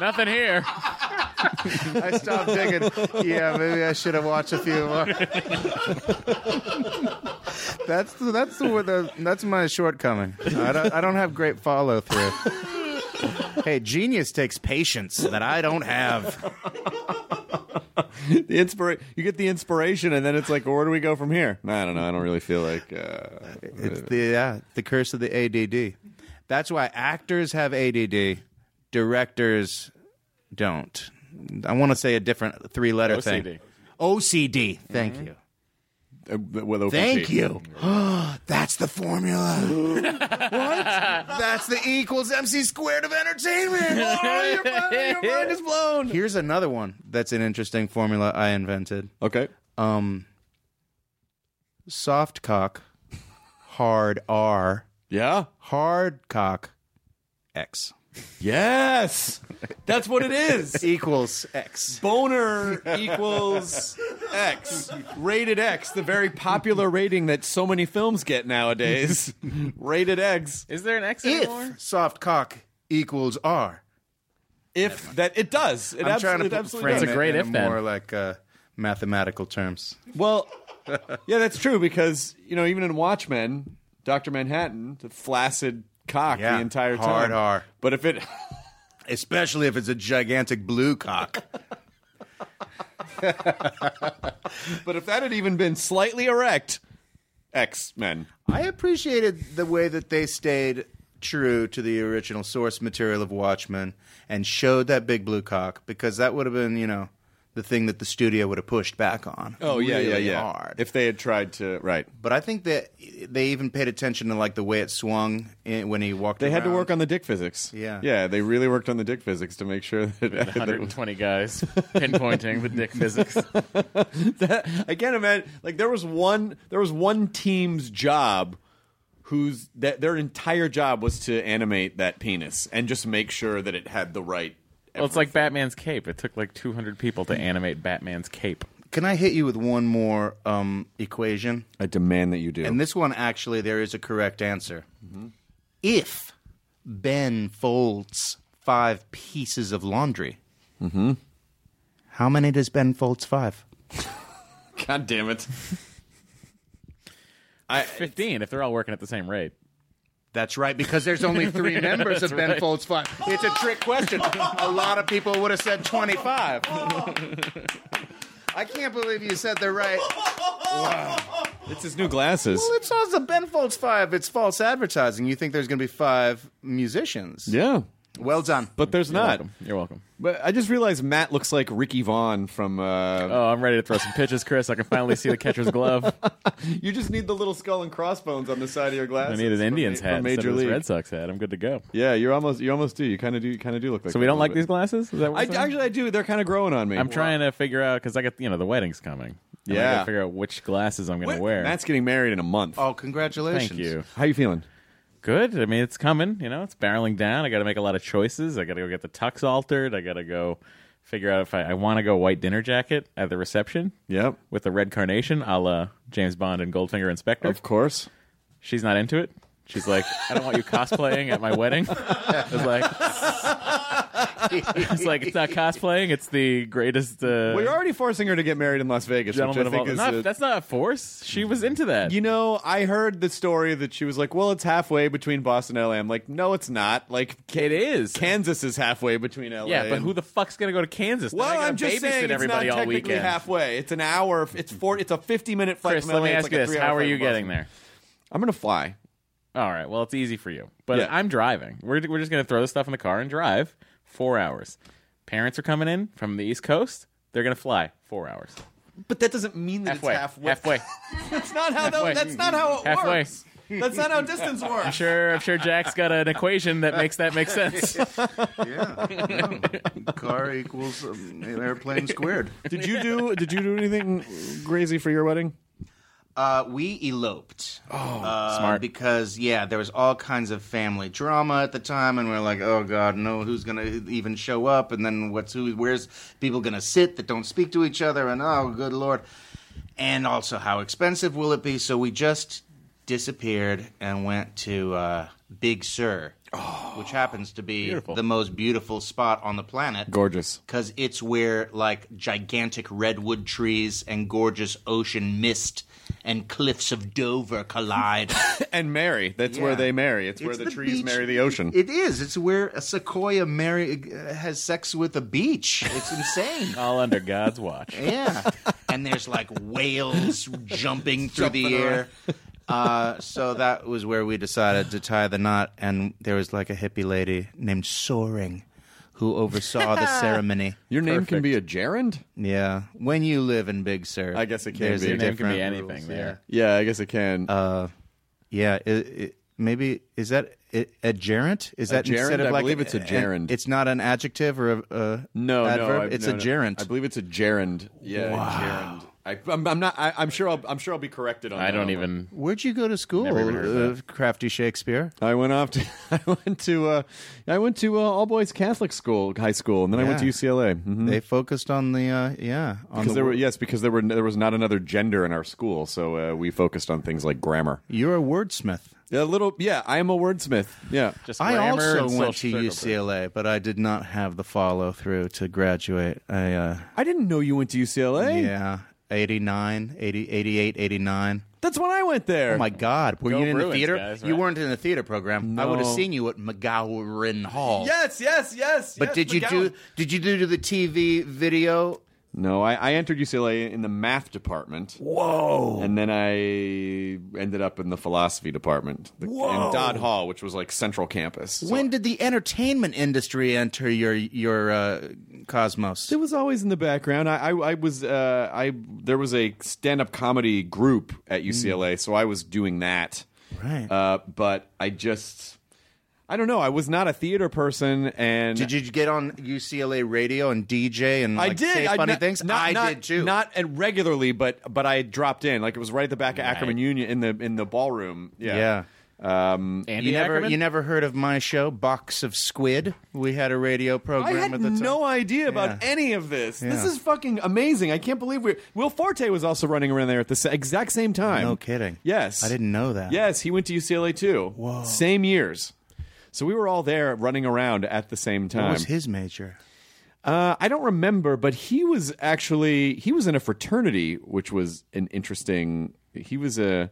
Speaker 4: Nothing here.
Speaker 6: I stopped thinking, yeah, maybe I should have watched a few more. that's the, that's the, the that's my shortcoming. I don't I don't have great follow through. Hey, genius takes patience that I don't have.
Speaker 2: the inspira- You get the inspiration, and then it's like, where do we go from here? I don't know. I don't really feel like. Uh,
Speaker 6: It's the yeah, the curse of the ADD. That's why actors have ADD, directors don't. I want to say a different three letter
Speaker 4: OCD.
Speaker 6: thing. OCD. Thank you.
Speaker 2: uh, with OPC.
Speaker 6: Thank you. That's the formula. what? That's the equals MC squared of entertainment. Oh, your mind- your mind is blown. Here's another one that's an interesting formula I invented.
Speaker 2: Okay.
Speaker 6: Um, soft cock, hard R,
Speaker 2: Yeah.
Speaker 6: hard cock, X
Speaker 2: Yes. That's what it is.
Speaker 6: equals X.
Speaker 2: Boner equals X. Rated X, the very popular rating that so many films get nowadays. Rated X.
Speaker 4: Is there an X anymore?
Speaker 6: If soft cock equals R,
Speaker 2: If that it does. It
Speaker 6: I'm
Speaker 2: abso-
Speaker 6: trying
Speaker 2: it
Speaker 6: to put-
Speaker 2: absolutely
Speaker 6: frame
Speaker 2: does.
Speaker 4: It's a
Speaker 6: it
Speaker 4: great
Speaker 6: in
Speaker 4: if then.
Speaker 6: more like uh, mathematical terms.
Speaker 2: Well, yeah, that's true because you know even in Watchmen, Doctor Manhattan, the flaccid cock
Speaker 6: Yeah,
Speaker 2: the entire
Speaker 6: hard
Speaker 2: time.
Speaker 6: R.
Speaker 2: But if it,
Speaker 6: especially if it's a gigantic blue cock.
Speaker 2: but if that had even been slightly erect, X Men.
Speaker 6: I appreciated the way that they stayed true to the original source material of Watchmen and showed that big blue cock because that would have been, you know, the thing that the studio would have pushed back on.
Speaker 2: Oh yeah,
Speaker 6: really
Speaker 2: yeah, yeah.
Speaker 6: Hard.
Speaker 2: If they had tried to right,
Speaker 6: but I think that they even paid attention to like the way it swung in, when he walked.
Speaker 2: they had to
Speaker 6: around.
Speaker 2: work on the dick physics.
Speaker 6: Yeah.
Speaker 2: yeah, they really worked on the dick physics to make sure that. that it was-
Speaker 4: 120 guys pinpointing the dick physics.
Speaker 2: I can't imagine. Like there was one, there was one team's job whose that their entire job was to animate that penis and just make sure that it had the right.
Speaker 4: Well, it's like Batman's cape. It took like 200 people to animate Batman's cape.
Speaker 6: Can I hit you with one more um, equation?
Speaker 2: I demand that you do.
Speaker 6: And this one, actually, there is a correct answer. If Ben folds five pieces of laundry, Mm-hmm. how many does Ben folds five?
Speaker 2: God damn it!
Speaker 4: 15 if they're all working at the same rate.
Speaker 6: That's right, because there's only three members of Ben folds five. It's a trick question. a lot of people would have said 25. I can't believe you said they're right.
Speaker 2: It's his new glasses.
Speaker 6: Well, it's also Ben folds five. It's false advertising. You think there's going to be five musicians.
Speaker 2: Yeah,
Speaker 6: Well done.
Speaker 2: but there's
Speaker 4: You're
Speaker 2: not.
Speaker 4: welcome. You're welcome.
Speaker 2: But I just realized Matt looks like Ricky Vaughn from. Uh,
Speaker 4: Oh, I'm ready to throw some pitches, Chris. I can finally see the catcher's glove.
Speaker 2: You just need the little skull and crossbones on the side of your
Speaker 4: I
Speaker 2: glasses.
Speaker 4: need an
Speaker 2: from
Speaker 4: Indians
Speaker 2: ma-
Speaker 4: hat
Speaker 2: from
Speaker 4: instead
Speaker 2: Major
Speaker 4: of this
Speaker 2: League.
Speaker 4: Red Sox hat. I'm good to go.
Speaker 2: Yeah, you're almost. You almost do. You kind of do. You kind of do look like.
Speaker 4: So
Speaker 2: that
Speaker 4: we
Speaker 2: a
Speaker 4: don't like
Speaker 2: little
Speaker 4: these glasses? Is that
Speaker 2: bit.
Speaker 4: what
Speaker 2: I actually I do. They're kind of growing on me.
Speaker 4: am trying to figure out because I got you know the wedding's coming. And I
Speaker 2: Yeah.
Speaker 4: got to figure out which glasses I'm going to wear.
Speaker 2: Matt's getting married in a month.
Speaker 6: Oh, congratulations.
Speaker 4: Thank you.
Speaker 2: How you feeling?
Speaker 4: Good. I mean, it's coming. You know, it's barreling down. I got to make a lot of choices. I got to go get the tux altered. I got to go figure out if I, I want to go white dinner jacket at the reception
Speaker 2: Yep.
Speaker 4: with the red carnation, a la James Bond and Goldfinger Inspector.
Speaker 2: Of course.
Speaker 4: She's not into it. She's like, I don't want you cosplaying at my wedding. It's like, it's like it's not cosplaying. It's the greatest. Uh,
Speaker 2: Well, you're already forcing her to get married in Las Vegas,
Speaker 4: gentleman
Speaker 2: which
Speaker 4: of
Speaker 2: I
Speaker 4: all.
Speaker 2: think is
Speaker 4: Not,
Speaker 2: a-
Speaker 4: that's not a force. She was into that.
Speaker 2: you know, I heard the story that she was like, "Well, it's halfway between Boston and LA." I'm like, "No, it's not. Like,
Speaker 4: it is.
Speaker 2: Kansas is halfway between LA."
Speaker 4: yeah, but
Speaker 2: and-
Speaker 4: who the fuck's gonna go to Kansas? Then I
Speaker 2: Well,
Speaker 4: gotta
Speaker 2: I'm just
Speaker 4: babysit
Speaker 2: saying it's not
Speaker 4: everybody all
Speaker 2: technically
Speaker 4: weekend.
Speaker 2: halfway. It's an hour. It's four. It's a 50 minute flight.
Speaker 4: Chris,
Speaker 2: from
Speaker 4: let
Speaker 2: LA.
Speaker 4: me
Speaker 2: It's
Speaker 4: ask
Speaker 2: like
Speaker 4: you
Speaker 2: a
Speaker 4: this:
Speaker 2: three-hour
Speaker 4: How are
Speaker 2: flight
Speaker 4: you
Speaker 2: from Boston.
Speaker 4: getting there?
Speaker 2: I'm gonna fly.
Speaker 4: All right. Well, it's easy for you, but
Speaker 2: Yeah.
Speaker 4: I'm driving. We're we're just gonna throw this stuff in the car and drive four hours. Parents are coming in from the East Coast. They're gonna fly four hours.
Speaker 2: But that doesn't mean that
Speaker 4: Halfway.
Speaker 2: it's halfway.
Speaker 4: Halfway.
Speaker 2: that's not how
Speaker 4: Halfway.
Speaker 2: that, that's not how it
Speaker 4: Halfway.
Speaker 2: works. That's not how distance
Speaker 4: I'm
Speaker 2: works.
Speaker 4: sure. I'm sure Jack's got an equation that makes that make sense.
Speaker 6: Car equals um, airplane squared.
Speaker 2: Did you do Did you do anything crazy for your wedding?
Speaker 6: Uh, we eloped. Oh,
Speaker 4: smart.
Speaker 6: Because yeah, there was all kinds of family drama at the time, and we are like, oh god, no, who's gonna even show up? And then what's who? Where's people gonna sit that don't speak to each other? And oh, good lord! And also, how expensive will it be? So we just disappeared and went to uh, Big Sur, which happens to be
Speaker 4: Beautiful.
Speaker 6: the most Oh, beautiful spot on the planet
Speaker 2: Gorgeous.
Speaker 6: because it's where like gigantic redwood trees and gorgeous ocean mist and cliffs of Dover collide.
Speaker 2: And marry. That's
Speaker 6: Yeah.
Speaker 2: where they marry. It's, where
Speaker 6: It's
Speaker 2: the,
Speaker 6: the
Speaker 2: trees
Speaker 6: beach.
Speaker 2: marry the ocean.
Speaker 6: it is. It's where a sequoia marry uh, has sex with a beach. It's insane.
Speaker 4: All under God's watch.
Speaker 6: yeah, and there's like whales jumping through the air. Uh, so that was where we decided to tie the knot, and there was like a hippie lady named Soaring who oversaw the ceremony.
Speaker 2: Your name can be a gerund?
Speaker 6: Yeah, when you live in Big Sur,
Speaker 2: I guess it can
Speaker 6: there's
Speaker 2: be.
Speaker 6: a
Speaker 2: Your name
Speaker 4: can be
Speaker 6: different
Speaker 4: anything
Speaker 6: rules,
Speaker 4: there.
Speaker 2: Yeah, I guess it can.
Speaker 6: Uh, Yeah, yeah. It, it, maybe is that a, a gerund? Is that
Speaker 2: gerund?
Speaker 6: instead of
Speaker 2: I
Speaker 6: like
Speaker 2: believe it's a gerund.
Speaker 6: it's not an adjective or a, a
Speaker 2: no,
Speaker 6: adverb.
Speaker 2: no, I-
Speaker 6: it's
Speaker 2: no,
Speaker 6: a
Speaker 2: no.
Speaker 6: gerund.
Speaker 2: I believe it's a gerund. Yeah, gerund. I, I'm, I'm not. I, I'm sure. I'll, I'm sure I'll be corrected on.
Speaker 4: I
Speaker 2: that
Speaker 4: don't
Speaker 2: one.
Speaker 4: even.
Speaker 6: Where'd you go to school,
Speaker 4: Never even heard
Speaker 6: uh, crafty Shakespeare?
Speaker 2: I went off to I went to uh, I went to uh, all boys Catholic school, high school, and then I went to
Speaker 6: Yeah.
Speaker 2: UCLA. Mhm.
Speaker 6: They focused on the uh, yeah on
Speaker 2: Because
Speaker 6: the
Speaker 2: there were
Speaker 6: wo-
Speaker 2: yes, because there were there was not another gender in our school, so uh, we focused on things like grammar.
Speaker 6: You're a wordsmith.
Speaker 2: A little, yeah. I am a wordsmith. Yeah,
Speaker 4: Just
Speaker 6: I
Speaker 4: grammar
Speaker 6: also
Speaker 4: and
Speaker 6: went to
Speaker 4: social circle.
Speaker 6: UCLA, but I did not have the follow through to graduate. I uh,
Speaker 2: I didn't know you went to UCLA.
Speaker 6: yeah, 89, 80, 88, 89.
Speaker 2: That's when I went there.
Speaker 6: Oh my God! Were
Speaker 4: Go
Speaker 6: you in
Speaker 4: Bruins,
Speaker 6: the theater?
Speaker 4: guys,
Speaker 6: You
Speaker 4: right?
Speaker 6: weren't in the theater program. I would have
Speaker 2: No.
Speaker 6: seen you at McGowan Hall.
Speaker 2: Yes, yes, yes.
Speaker 6: But
Speaker 2: yes,
Speaker 6: did you
Speaker 2: McGowan.
Speaker 6: do? Did you do the TV video?
Speaker 2: No, I, I entered UCLA in the math department.
Speaker 6: Whoa!
Speaker 2: And then I ended up in the philosophy department the, in Dodd Hall, which was like central campus. So-
Speaker 6: When did the entertainment industry enter your your uh, cosmos?
Speaker 2: It was always in the background. I, I, I was, uh, I there was a stand-up comedy group at UCLA, so I was doing that.
Speaker 6: Right.
Speaker 2: Uh, but I just, I don't know. I was not a theater person, and
Speaker 6: Did you get on UCLA radio and DJ and like,
Speaker 2: I did
Speaker 6: say
Speaker 2: I,
Speaker 6: funny
Speaker 2: not-
Speaker 6: things?
Speaker 2: Not,
Speaker 6: I
Speaker 2: not-
Speaker 6: did too.
Speaker 2: Not uh, regularly, but but I had dropped in. Like it was right at the back of Ackerman Union in the in the ballroom.
Speaker 6: yeah.
Speaker 4: Andy
Speaker 6: You never
Speaker 4: Ackerman?
Speaker 6: you never heard of my show, Box of Squid? We had a radio
Speaker 2: I
Speaker 6: program
Speaker 2: had
Speaker 6: at the time.
Speaker 2: no idea about
Speaker 6: Yeah.
Speaker 2: any of this. This
Speaker 6: Yeah.
Speaker 2: is fucking amazing. I can't believe we. Will Forte was also running around there at the sa- exact same time.
Speaker 6: No kidding.
Speaker 2: Yes,
Speaker 6: I didn't know that.
Speaker 2: Yes, he went to UCLA too. Whoa. Same years. So we were all there running around at the same
Speaker 6: What
Speaker 2: time.
Speaker 6: was his major?
Speaker 2: Uh, I don't remember, but he was actually he was in a fraternity, which was an interesting. He was a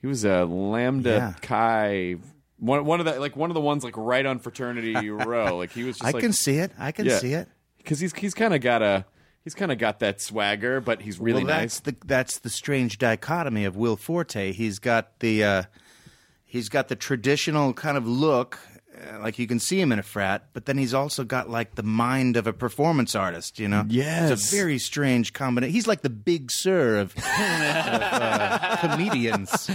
Speaker 2: he was a lambda
Speaker 6: Yeah.
Speaker 2: chi one one of the like one of the ones like right on fraternity row. Like he was just
Speaker 6: I
Speaker 2: like,
Speaker 6: can see it. I can see it.
Speaker 2: because he's he's kind of got a he's kind of got that swagger, but he's really
Speaker 6: well,
Speaker 2: nice.
Speaker 6: That's the that's the strange dichotomy of Will Forte. He's got the uh, he's got the traditional kind of look, uh, like you can see him in a frat, but then he's also got like the mind of a performance artist. You know,
Speaker 2: Yes.
Speaker 6: it's a very strange combination. He's like the Big Sir of, of uh, comedians.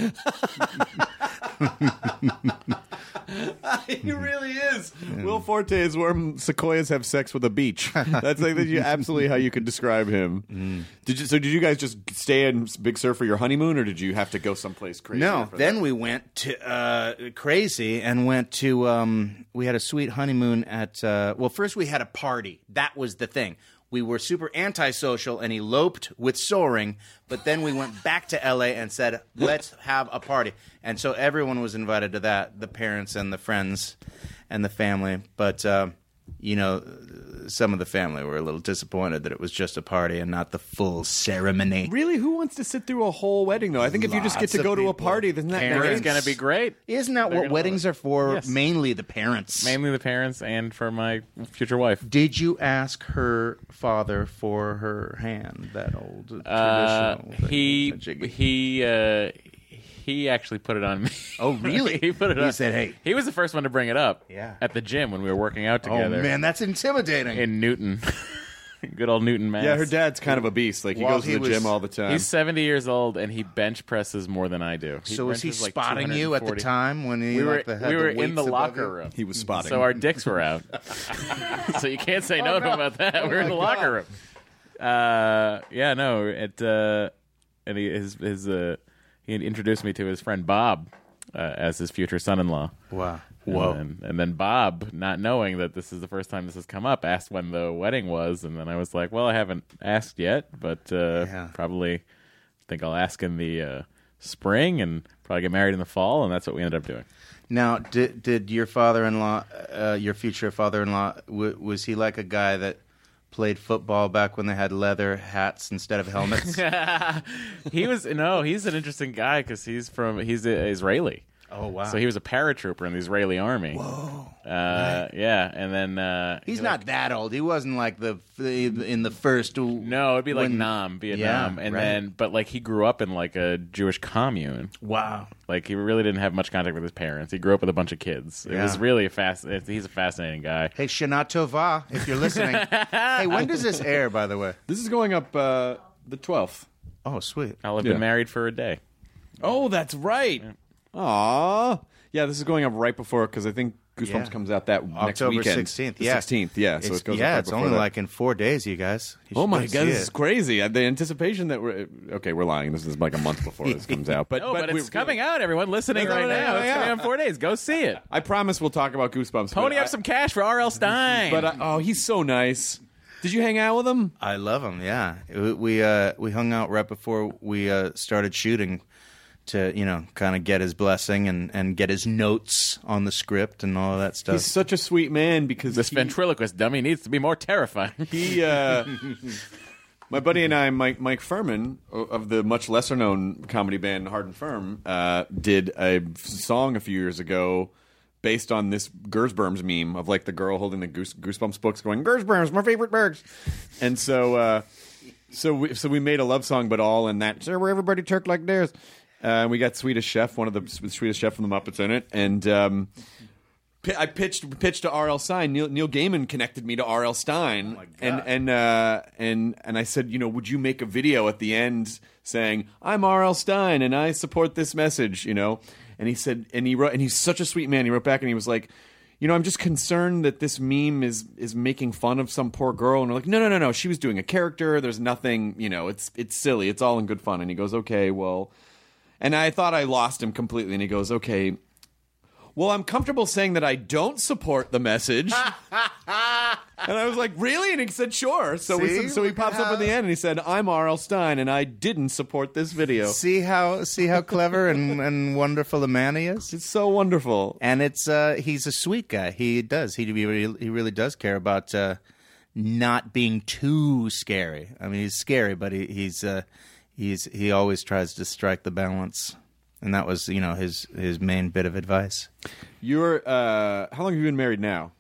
Speaker 2: he really is. Will Forte is where sequoias have sex with a beach. That's like that's you- absolutely how you could describe him.
Speaker 6: Mm.
Speaker 2: Did you, so? Did you guys just stay in Big Sur for your honeymoon, or did you have to go someplace crazy?
Speaker 6: No, then we went to uh, crazy and went to. Um, we had a sweet honeymoon at. Uh, well, first we had a party. That was the thing. We were super antisocial and eloped with soaring, but then we went back to LA and said, "Let's have a party." And so everyone was invited to that: the parents and the friends, and the family. But uh, you know, some of the family were a little disappointed that it was just a party and not the full ceremony.
Speaker 2: really, who wants to sit through a whole wedding though? I think if you just get
Speaker 6: Lots
Speaker 2: to
Speaker 6: of
Speaker 2: go to a
Speaker 6: people.
Speaker 2: party, then that
Speaker 6: Parents.
Speaker 4: It's gonna be great.
Speaker 6: Isn't that what
Speaker 4: gonna
Speaker 6: weddings
Speaker 4: love
Speaker 6: are for?
Speaker 4: Yes.
Speaker 6: Mainly the parents.
Speaker 4: Mainly the parents and for my future wife.
Speaker 6: Did you ask her father for her hand? That old traditional.
Speaker 4: Uh,
Speaker 6: thing,
Speaker 4: he
Speaker 6: the jiggy?
Speaker 4: he uh, he actually put it on me.
Speaker 6: Oh, really?
Speaker 4: he put it
Speaker 6: He
Speaker 4: on.
Speaker 6: said, "Hey."
Speaker 4: he was the first one to bring it up.
Speaker 6: Yeah.
Speaker 4: at the gym when we were working out
Speaker 6: oh
Speaker 4: together.
Speaker 6: man, that's intimidating.
Speaker 4: in Newton, good old Newton, Mass.
Speaker 2: Yeah, her dad's kind of a beast. Like he
Speaker 6: While
Speaker 2: goes to
Speaker 6: he
Speaker 2: the
Speaker 6: was-
Speaker 2: gym all the time.
Speaker 4: He's seventy years old and he bench presses more than I do.
Speaker 6: so was he
Speaker 4: benches, like,
Speaker 6: spotting you at the
Speaker 4: 240.
Speaker 6: time when he
Speaker 4: We were
Speaker 6: like, the, had
Speaker 4: we were in
Speaker 6: weights
Speaker 4: the
Speaker 6: above
Speaker 4: locker
Speaker 6: you?
Speaker 4: room.
Speaker 2: he was spotting.
Speaker 4: So our dicks were out. so you can't say no, to him about that. we were in the locker room. Uh, yeah, no. It uh, and he, his his uh, he had introduced me to his friend Bob uh, as his future son-in-law.
Speaker 6: Wow.
Speaker 4: Whoa. And then, and then Bob, not knowing that this is the first time this has come up, asked when the wedding was, and then I was like, "Well, I haven't asked yet, but uh,
Speaker 6: Yeah.
Speaker 4: probably think I'll ask in the uh, spring and probably get married in the fall." And that's what we ended up doing.
Speaker 6: Now, did did your father-in-law, uh, your future father-in-law, w- was he like a guy that played football back when they had leather hats instead of helmets?
Speaker 4: he was no, he's an interesting guy because he's from he's uh Israeli.
Speaker 6: oh wow!
Speaker 4: So he was a paratrooper in the Israeli army. Whoa. Uh, Yeah, and then uh,
Speaker 6: He's
Speaker 4: he,
Speaker 6: not that old. He wasn't like the in the first.
Speaker 4: No, it'd be like
Speaker 6: When-
Speaker 4: Nam, Vietnam,
Speaker 6: Yeah,
Speaker 4: and
Speaker 6: right.
Speaker 4: then but like he grew up in like a Jewish commune.
Speaker 6: Wow.
Speaker 4: Like he really didn't have much contact with his parents. He grew up with a bunch of kids. It
Speaker 6: Yeah.
Speaker 4: was really a fast. He's a fascinating guy.
Speaker 6: Hey, Shana Tova, if you're listening. hey, when does this air? By the way.
Speaker 2: This is going up uh, the 12th.
Speaker 6: Oh, sweet.
Speaker 4: I'll have
Speaker 2: Yeah.
Speaker 4: been married for a day.
Speaker 2: Oh, that's right. Aw. Yeah, this is going up right before because I think Goosebumps
Speaker 6: Yeah.
Speaker 2: comes out that next
Speaker 6: October
Speaker 2: weekend.
Speaker 6: 16th,
Speaker 2: The
Speaker 6: yeah.
Speaker 2: 16th, yeah. So
Speaker 6: it's,
Speaker 2: it goes up
Speaker 6: yeah,
Speaker 2: right
Speaker 6: it's
Speaker 2: before
Speaker 6: only
Speaker 2: that.
Speaker 6: like in four days, you guys. You
Speaker 2: Oh
Speaker 6: should
Speaker 2: my
Speaker 6: go see
Speaker 2: god, this is
Speaker 6: it.
Speaker 2: crazy! Uh, The anticipation that we're uh, okay, we're lying. This is like a month before this comes out, but
Speaker 4: No, Oh, but,
Speaker 2: we-
Speaker 4: it's coming out. Everyone listening
Speaker 2: No, no, no,
Speaker 4: right now.
Speaker 2: no,
Speaker 4: it's
Speaker 2: yeah.
Speaker 4: coming out in four days. Go see it.
Speaker 2: I promise we'll talk about Goosebumps.
Speaker 4: Pony
Speaker 2: but
Speaker 4: up
Speaker 2: I-
Speaker 4: some cash for R.L. Stein.
Speaker 2: But I, oh, he's so nice. Did you hang out with him?
Speaker 4: Uh,
Speaker 6: I love him. Yeah, we we, uh, we hung out right before we uh, started shooting to you know kind of get his blessing and, and get his notes on the script and all of that stuff.
Speaker 2: He's such a sweet man because
Speaker 4: this
Speaker 2: he-
Speaker 4: ventriloquist dummy needs to be more terrifying.
Speaker 2: he uh, my buddy and I, Mike Mike Furman o- of the much lesser known comedy band Hard and Firm, uh, did a f- song a few years ago based on this Gersberms meme of like the girl holding the goose, Goosebumps books going Gersberms, my favorite birds, and so. Uh, so we so we made a love song, but all in that. Sir, where everybody Turk like theirs. Uh, we got Swedish Chef, one of the Swedish Chef from the Muppets in it, and um, pi- I pitched pitched to R.L. Stein. Neil, Neil Gaiman connected me to R.L. Stein, and and uh, and and I said, you know, would you make a video at the end saying, "I'm R.L. Stein and I support this message," you know? And he said, and he wrote, and he's such a sweet man. He wrote back and he was like. You know, I'm just concerned that this meme is is making fun of some poor girl, and we're like, no, no, no, no. She was doing a character. There's nothing, you know. It's it's silly. It's all in good fun. And he goes, okay, well, and I thought I lost him completely. And he goes, okay, well, I'm comfortable saying that I don't support the message. and I was like, really? And he said, sure. So we,
Speaker 6: See?
Speaker 2: so he
Speaker 6: Look at
Speaker 2: pops up
Speaker 6: how-
Speaker 2: at the end and he said, I'm R.L. Stein and I didn't support this video.
Speaker 6: see how see how clever and, and wonderful a man he is.
Speaker 2: It's so wonderful.
Speaker 6: and it's uh, he's a sweet guy. He does. He really, he really does care about uh, not being too scary. I mean, he's scary, but he, he's uh, he's he always tries to strike the balance. And that was, you know, his his main bit of advice.
Speaker 2: You're, uh, how long have you been married now?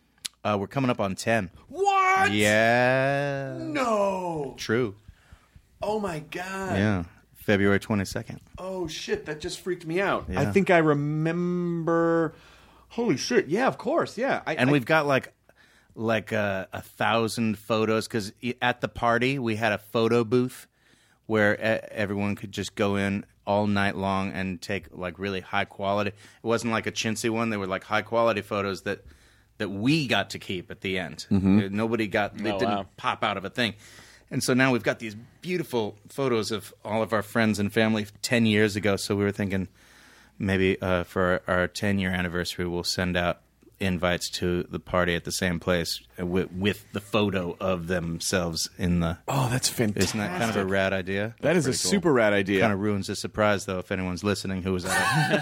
Speaker 6: Uh, we're coming up on ten.
Speaker 2: What?
Speaker 6: Yeah,
Speaker 2: No.
Speaker 6: true.
Speaker 2: Oh my God.
Speaker 6: Yeah, February twenty second.
Speaker 2: Oh shit. That just freaked me out. I
Speaker 6: Yeah.
Speaker 2: think I remember. Holy shit. Yeah, of course. Yeah. I,
Speaker 6: and
Speaker 2: I-
Speaker 6: we've got like like uh, a, a thousand photos because at the party we had a photo booth where e- everyone could just go in all night long and take like really high quality it wasn't like a chintzy one they were like high quality photos that that we got to keep at the end
Speaker 2: Mm-hmm.
Speaker 6: Uh, nobody got they
Speaker 4: Oh,
Speaker 6: didn't
Speaker 4: wow.
Speaker 6: pop out of a thing and so now we've got these beautiful photos of all of our friends and family 10 years ago so we were thinking maybe uh, for our 10 year anniversary, we'll send out invites to the party at the same place with, with the photo of themselves in the.
Speaker 2: oh, that's fantastic.
Speaker 6: Isn't that kind of a rad idea?
Speaker 2: that is a super rad idea.
Speaker 6: Kind of ruins the surprise, though, if anyone's listening who was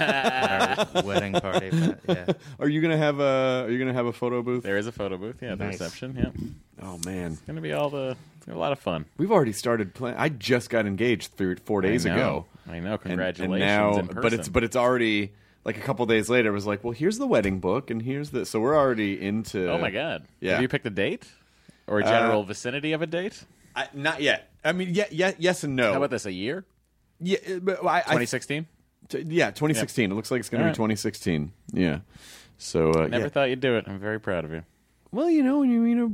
Speaker 6: at our wedding party. But, yeah.
Speaker 2: Are you gonna have a Are you gonna have a photo booth?
Speaker 4: there is a photo booth. Yeah, the
Speaker 6: Nice.
Speaker 4: reception. Yeah, it's
Speaker 2: Oh man,
Speaker 4: gonna be all the it's gonna be a lot of fun.
Speaker 2: we've already started planning. I just got engaged three, four days
Speaker 4: I know.
Speaker 2: ago.
Speaker 4: I know.
Speaker 2: And-
Speaker 4: Congratulations.
Speaker 2: And,
Speaker 4: in
Speaker 2: now,
Speaker 4: person.
Speaker 2: but it's but it's already like a couple days later. It was like, well, here's the wedding book, and here's the. So we're already into.
Speaker 4: oh my god.
Speaker 2: uh, Yeah. Uh,
Speaker 4: Have you picked a date or a general vicinity of a date?
Speaker 2: I, not yet. I mean, yeah, yeah, yes and no.
Speaker 4: How about this? A year?
Speaker 2: Yeah, uh, but oh. I, I-
Speaker 4: 2016.
Speaker 2: t- yeah, 2016. It looks like it's going
Speaker 4: All
Speaker 2: to be
Speaker 4: right.
Speaker 2: 2016. Yeah. So uh,
Speaker 4: Never
Speaker 2: yeah.
Speaker 4: thought you'd do it. I'm very proud of you.
Speaker 2: well, you know, when you meet a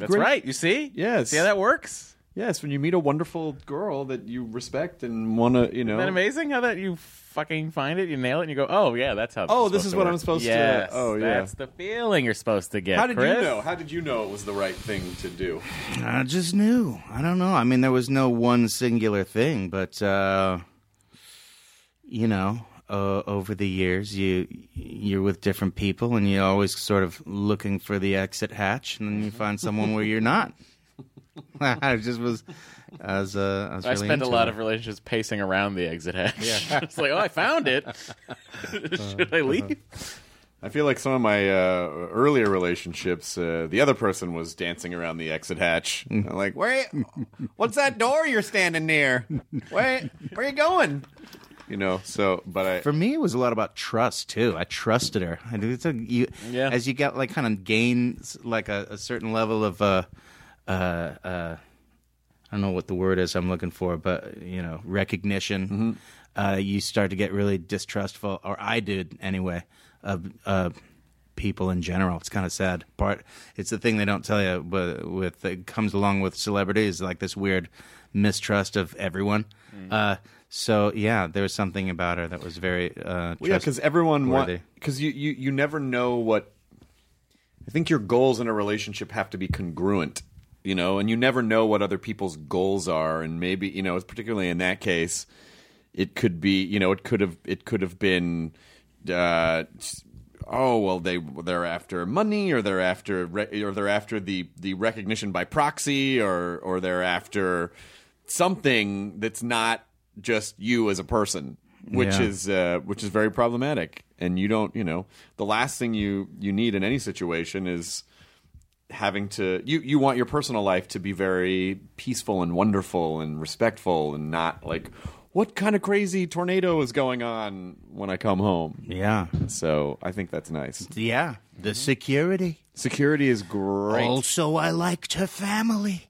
Speaker 4: That's
Speaker 2: great-
Speaker 4: right. You see?
Speaker 2: Yes.
Speaker 4: See how that works?
Speaker 2: Yes, when you meet a wonderful girl that you respect and want to, you know.
Speaker 4: Isn't that amazing how that you fucking find it, you nail it, and you go, oh, yeah, that's how
Speaker 2: Oh, this
Speaker 4: this is
Speaker 2: is
Speaker 4: supposed to
Speaker 2: what
Speaker 4: work."
Speaker 2: I'm supposed to-
Speaker 4: yes,
Speaker 2: oh, yeah.
Speaker 4: That's the feeling you're supposed to get.
Speaker 2: How did
Speaker 4: Chris.
Speaker 2: you know? How did you know it was the right thing to do?
Speaker 6: I just knew. I don't know. I mean, there was no one singular thing, but uh, you know, uh, over the years, you you're with different people, and you're always sort of looking for the exit hatch, and then you find someone where you're not. I just was, I was, uh, I was
Speaker 4: I
Speaker 6: really
Speaker 4: spend a
Speaker 6: into
Speaker 4: lot
Speaker 6: it.
Speaker 4: of relationships pacing around the exit hatch. it's like, oh, I found it. Should I
Speaker 6: Uh,
Speaker 4: leave?
Speaker 6: uh-huh.
Speaker 2: I feel like some of my uh, earlier relationships, uh, the other person was dancing around the exit hatch.
Speaker 6: Mm.
Speaker 2: I'm like, where? What's that door you're standing near? Where? Where you going? You know. So, but I.
Speaker 6: For me, it was a lot about trust too. I trusted her. I do- It's a, you,
Speaker 4: Yeah.
Speaker 6: As you get like kind of gain s- like a, a certain level of uh, uh, uh, I don't know what the word is I'm looking for, but you know recognition. Uh, you start to get really distrustful, or I did anyway, of uh, people in general. It's kind of sad. Part it's the thing they don't tell you, but with it comes along with celebrities like this weird mistrust of everyone. Uh, so yeah, there was something about her that was very uh,
Speaker 2: Well, yeah, because everyone
Speaker 6: worthy.
Speaker 2: wants because you, you you never know what. I think your goals in a relationship have to be congruent, you know, and you never know what other people's goals are, and maybe you know, particularly in that case, it could be you know, it could have it could have been. Uh, s- Oh well, they they're after money, or they're after, re- or they're after the, the recognition by proxy, or or they're after something that's not just you as a person, which
Speaker 6: Yeah.
Speaker 2: is is, uh, which is very problematic. And you don't, you know, the last thing you you need in any situation is having to you you want your personal life to be very peaceful and wonderful and respectful and not like what kind of crazy tornado is going on when I come home.
Speaker 6: yeah,
Speaker 2: So I think that's nice.
Speaker 6: yeah. The security.
Speaker 2: Security is great.
Speaker 6: Also, I liked her family.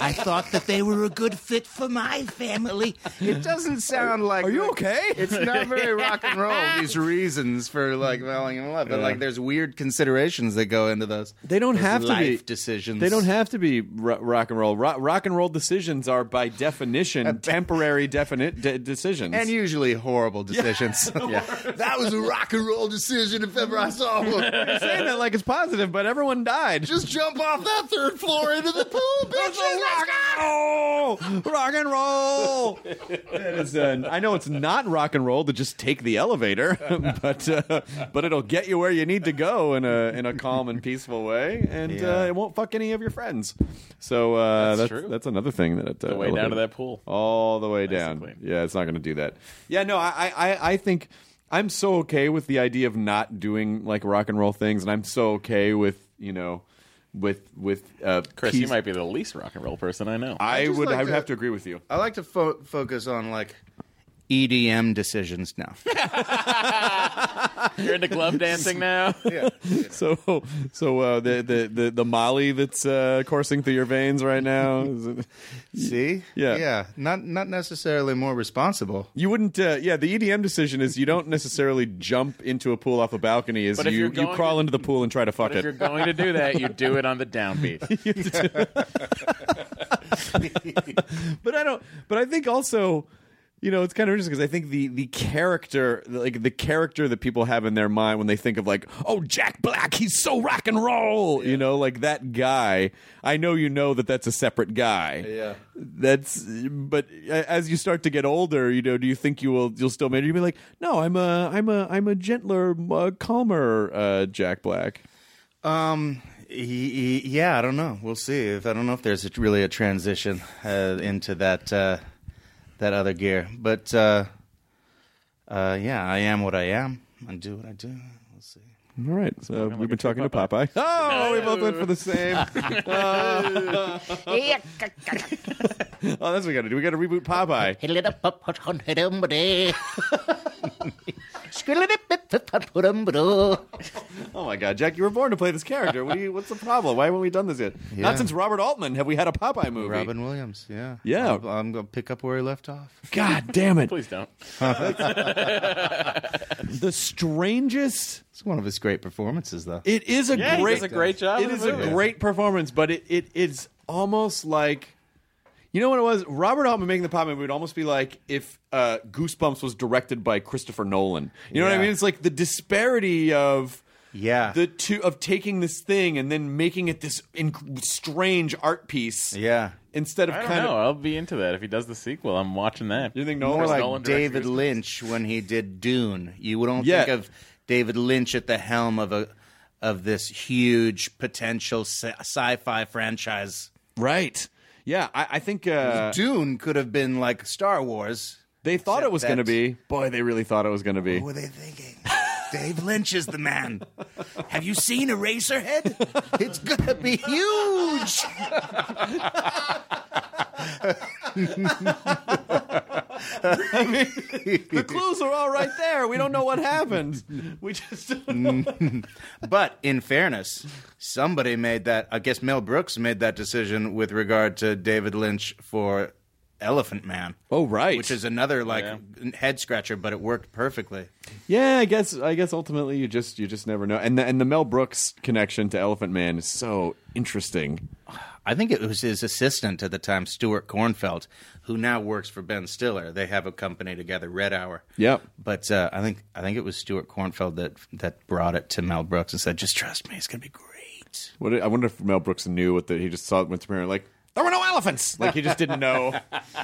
Speaker 6: I thought that they were a good fit for my family. It doesn't sound like. Are you okay? It's not very rock and roll. These reasons for like falling in love, but like there's weird considerations that go into those.
Speaker 2: They don't
Speaker 6: those
Speaker 2: have to be
Speaker 6: life decisions.
Speaker 2: They don't have to be ro- rock and roll. Ro- rock and roll decisions are by definition temporary definite de- decisions.
Speaker 6: and usually horrible decisions. that was a rock and roll decision if ever I saw one.
Speaker 2: saying that like it's positive, but everyone died.
Speaker 6: Just jump off that third floor into the pool, bitches.
Speaker 2: rock and roll, rock and roll. that is, uh, I know it's not rock and roll to just take the elevator, but uh, but it'll get you where you need to go in a in a calm and peaceful way, and
Speaker 6: Yeah.
Speaker 2: uh, it won't fuck any of your friends. So uh,
Speaker 4: That's
Speaker 2: that's
Speaker 4: true.
Speaker 2: That's another thing that it, uh,
Speaker 4: The way down to
Speaker 2: elevator-
Speaker 4: that pool.
Speaker 2: all the way down.
Speaker 4: Basically.
Speaker 2: Yeah, it's not going to do that. Yeah, no, I, I- I, I think I'm so okay with the idea of not doing like rock and roll things, and I'm so okay with you know, with with uh,
Speaker 4: Chris, you
Speaker 2: peace-
Speaker 4: might be the least rock and roll person I know.
Speaker 2: I,
Speaker 6: I just
Speaker 2: would.
Speaker 6: like
Speaker 2: I would
Speaker 6: to-
Speaker 2: have to agree with you.
Speaker 6: I like to fo- focus on like EDM decisions now.
Speaker 4: You're into glove dancing now.
Speaker 2: So, so uh, the, the the the Molly that's uh, coursing through your veins right now. is it-
Speaker 6: See?
Speaker 2: Yeah.
Speaker 6: Yeah. Not not necessarily more responsible.
Speaker 2: You wouldn't. Uh, yeah, the EDM decision is you don't necessarily jump into a pool off a balcony. Is
Speaker 4: But if
Speaker 2: you
Speaker 4: you're
Speaker 2: you
Speaker 4: going
Speaker 2: crawl
Speaker 4: to-
Speaker 2: into the pool and try to fuck
Speaker 4: But if you're
Speaker 2: it.
Speaker 4: going to do that, you do it on the downbeat.
Speaker 2: But I don't. But I think also. You know, it's kind of interesting because I think the, the character, like the character that people have in their mind when they think of like, oh, Jack Black, he's so rock and roll. You know, like that guy. I know you know that that's a separate guy. that's but as you start to get older you know do you think you will you'll still maybe you'll be like no i'm a i'm a i'm a gentler uh, calmer uh, jack black
Speaker 6: Um. y- y- Yeah. I don't know. We'll see. If I don't know if there's a, really a transition uh, into that uh, that other gear, but uh, uh, yeah, I am what I am. I do what I do. We'll see.
Speaker 2: all right so we've been talking to popeye oh we both went for the same oh that's what we gotta do we gotta reboot popeye oh my god jack you were born to play this character what do you, what's the problem why haven't we done this yet
Speaker 6: Yeah.
Speaker 2: not since robert altman have we had a popeye movie
Speaker 6: Robin Williams. Yeah.
Speaker 2: Yeah.
Speaker 6: I'm, I'm gonna pick up where he left off.
Speaker 2: god damn it
Speaker 4: Please don't.
Speaker 2: the strangest
Speaker 6: It's one of his great performances, though.
Speaker 2: It is a
Speaker 4: Yeah, he
Speaker 2: great.
Speaker 4: does a great job
Speaker 2: It
Speaker 4: in the
Speaker 2: is a
Speaker 4: movie.
Speaker 2: great performance, but it, it it's almost like, you know what it was. Robert Altman making the Popeye movie would almost be like if uh, Goosebumps was directed by Christopher Nolan. You know what
Speaker 6: Yeah.
Speaker 2: I mean? It's like the disparity of.
Speaker 6: Yeah.
Speaker 2: The two of taking this thing and then making it this inc- strange art piece
Speaker 6: Yeah.
Speaker 2: instead of
Speaker 4: I don't
Speaker 2: kind
Speaker 4: know.
Speaker 2: of
Speaker 4: I'll be into that if he does the sequel. I'm watching that.
Speaker 2: you think
Speaker 6: More
Speaker 2: Nolan
Speaker 6: like
Speaker 4: Nolan directed
Speaker 6: David
Speaker 4: this.
Speaker 6: Lynch when he did Dune. You don't
Speaker 2: Yeah.
Speaker 6: think of David Lynch at the helm of a of this huge potential sci- sci-fi franchise.
Speaker 2: right? Yeah, I, I think uh,
Speaker 6: Dune could have been like Star Wars.
Speaker 2: they thought it
Speaker 6: Except
Speaker 2: was going to
Speaker 6: that-
Speaker 2: be. Boy, they really thought it was going to be.
Speaker 6: What were they thinking? Dave Lynch is the man. Have you seen Eraserhead? It's gonna be huge.
Speaker 2: the clues are all right there. We don't know what happened. We just
Speaker 6: But in fairness, somebody made that. I guess Mel Brooks made that decision with regard to David Lynch for Elephant Man.
Speaker 2: Oh, right.
Speaker 6: which is another like head scratcher, but it worked perfectly.
Speaker 2: Yeah, I guess I guess ultimately you just you just never know. And the, and the Mel Brooks connection to Elephant Man is so interesting.
Speaker 6: I think it was his assistant at the time, Stuart Kornfeld, who now works for Ben Stiller. They have a company together, Red Hour.
Speaker 2: Yep.
Speaker 6: But uh, I think I think it was Stuart Kornfeld that that brought it to Mel Brooks and said, "Just trust me, it's gonna be great."
Speaker 2: What I wonder if Mel Brooks knew what that he just saw it went to premiere like there were no elephants. Like he just didn't know.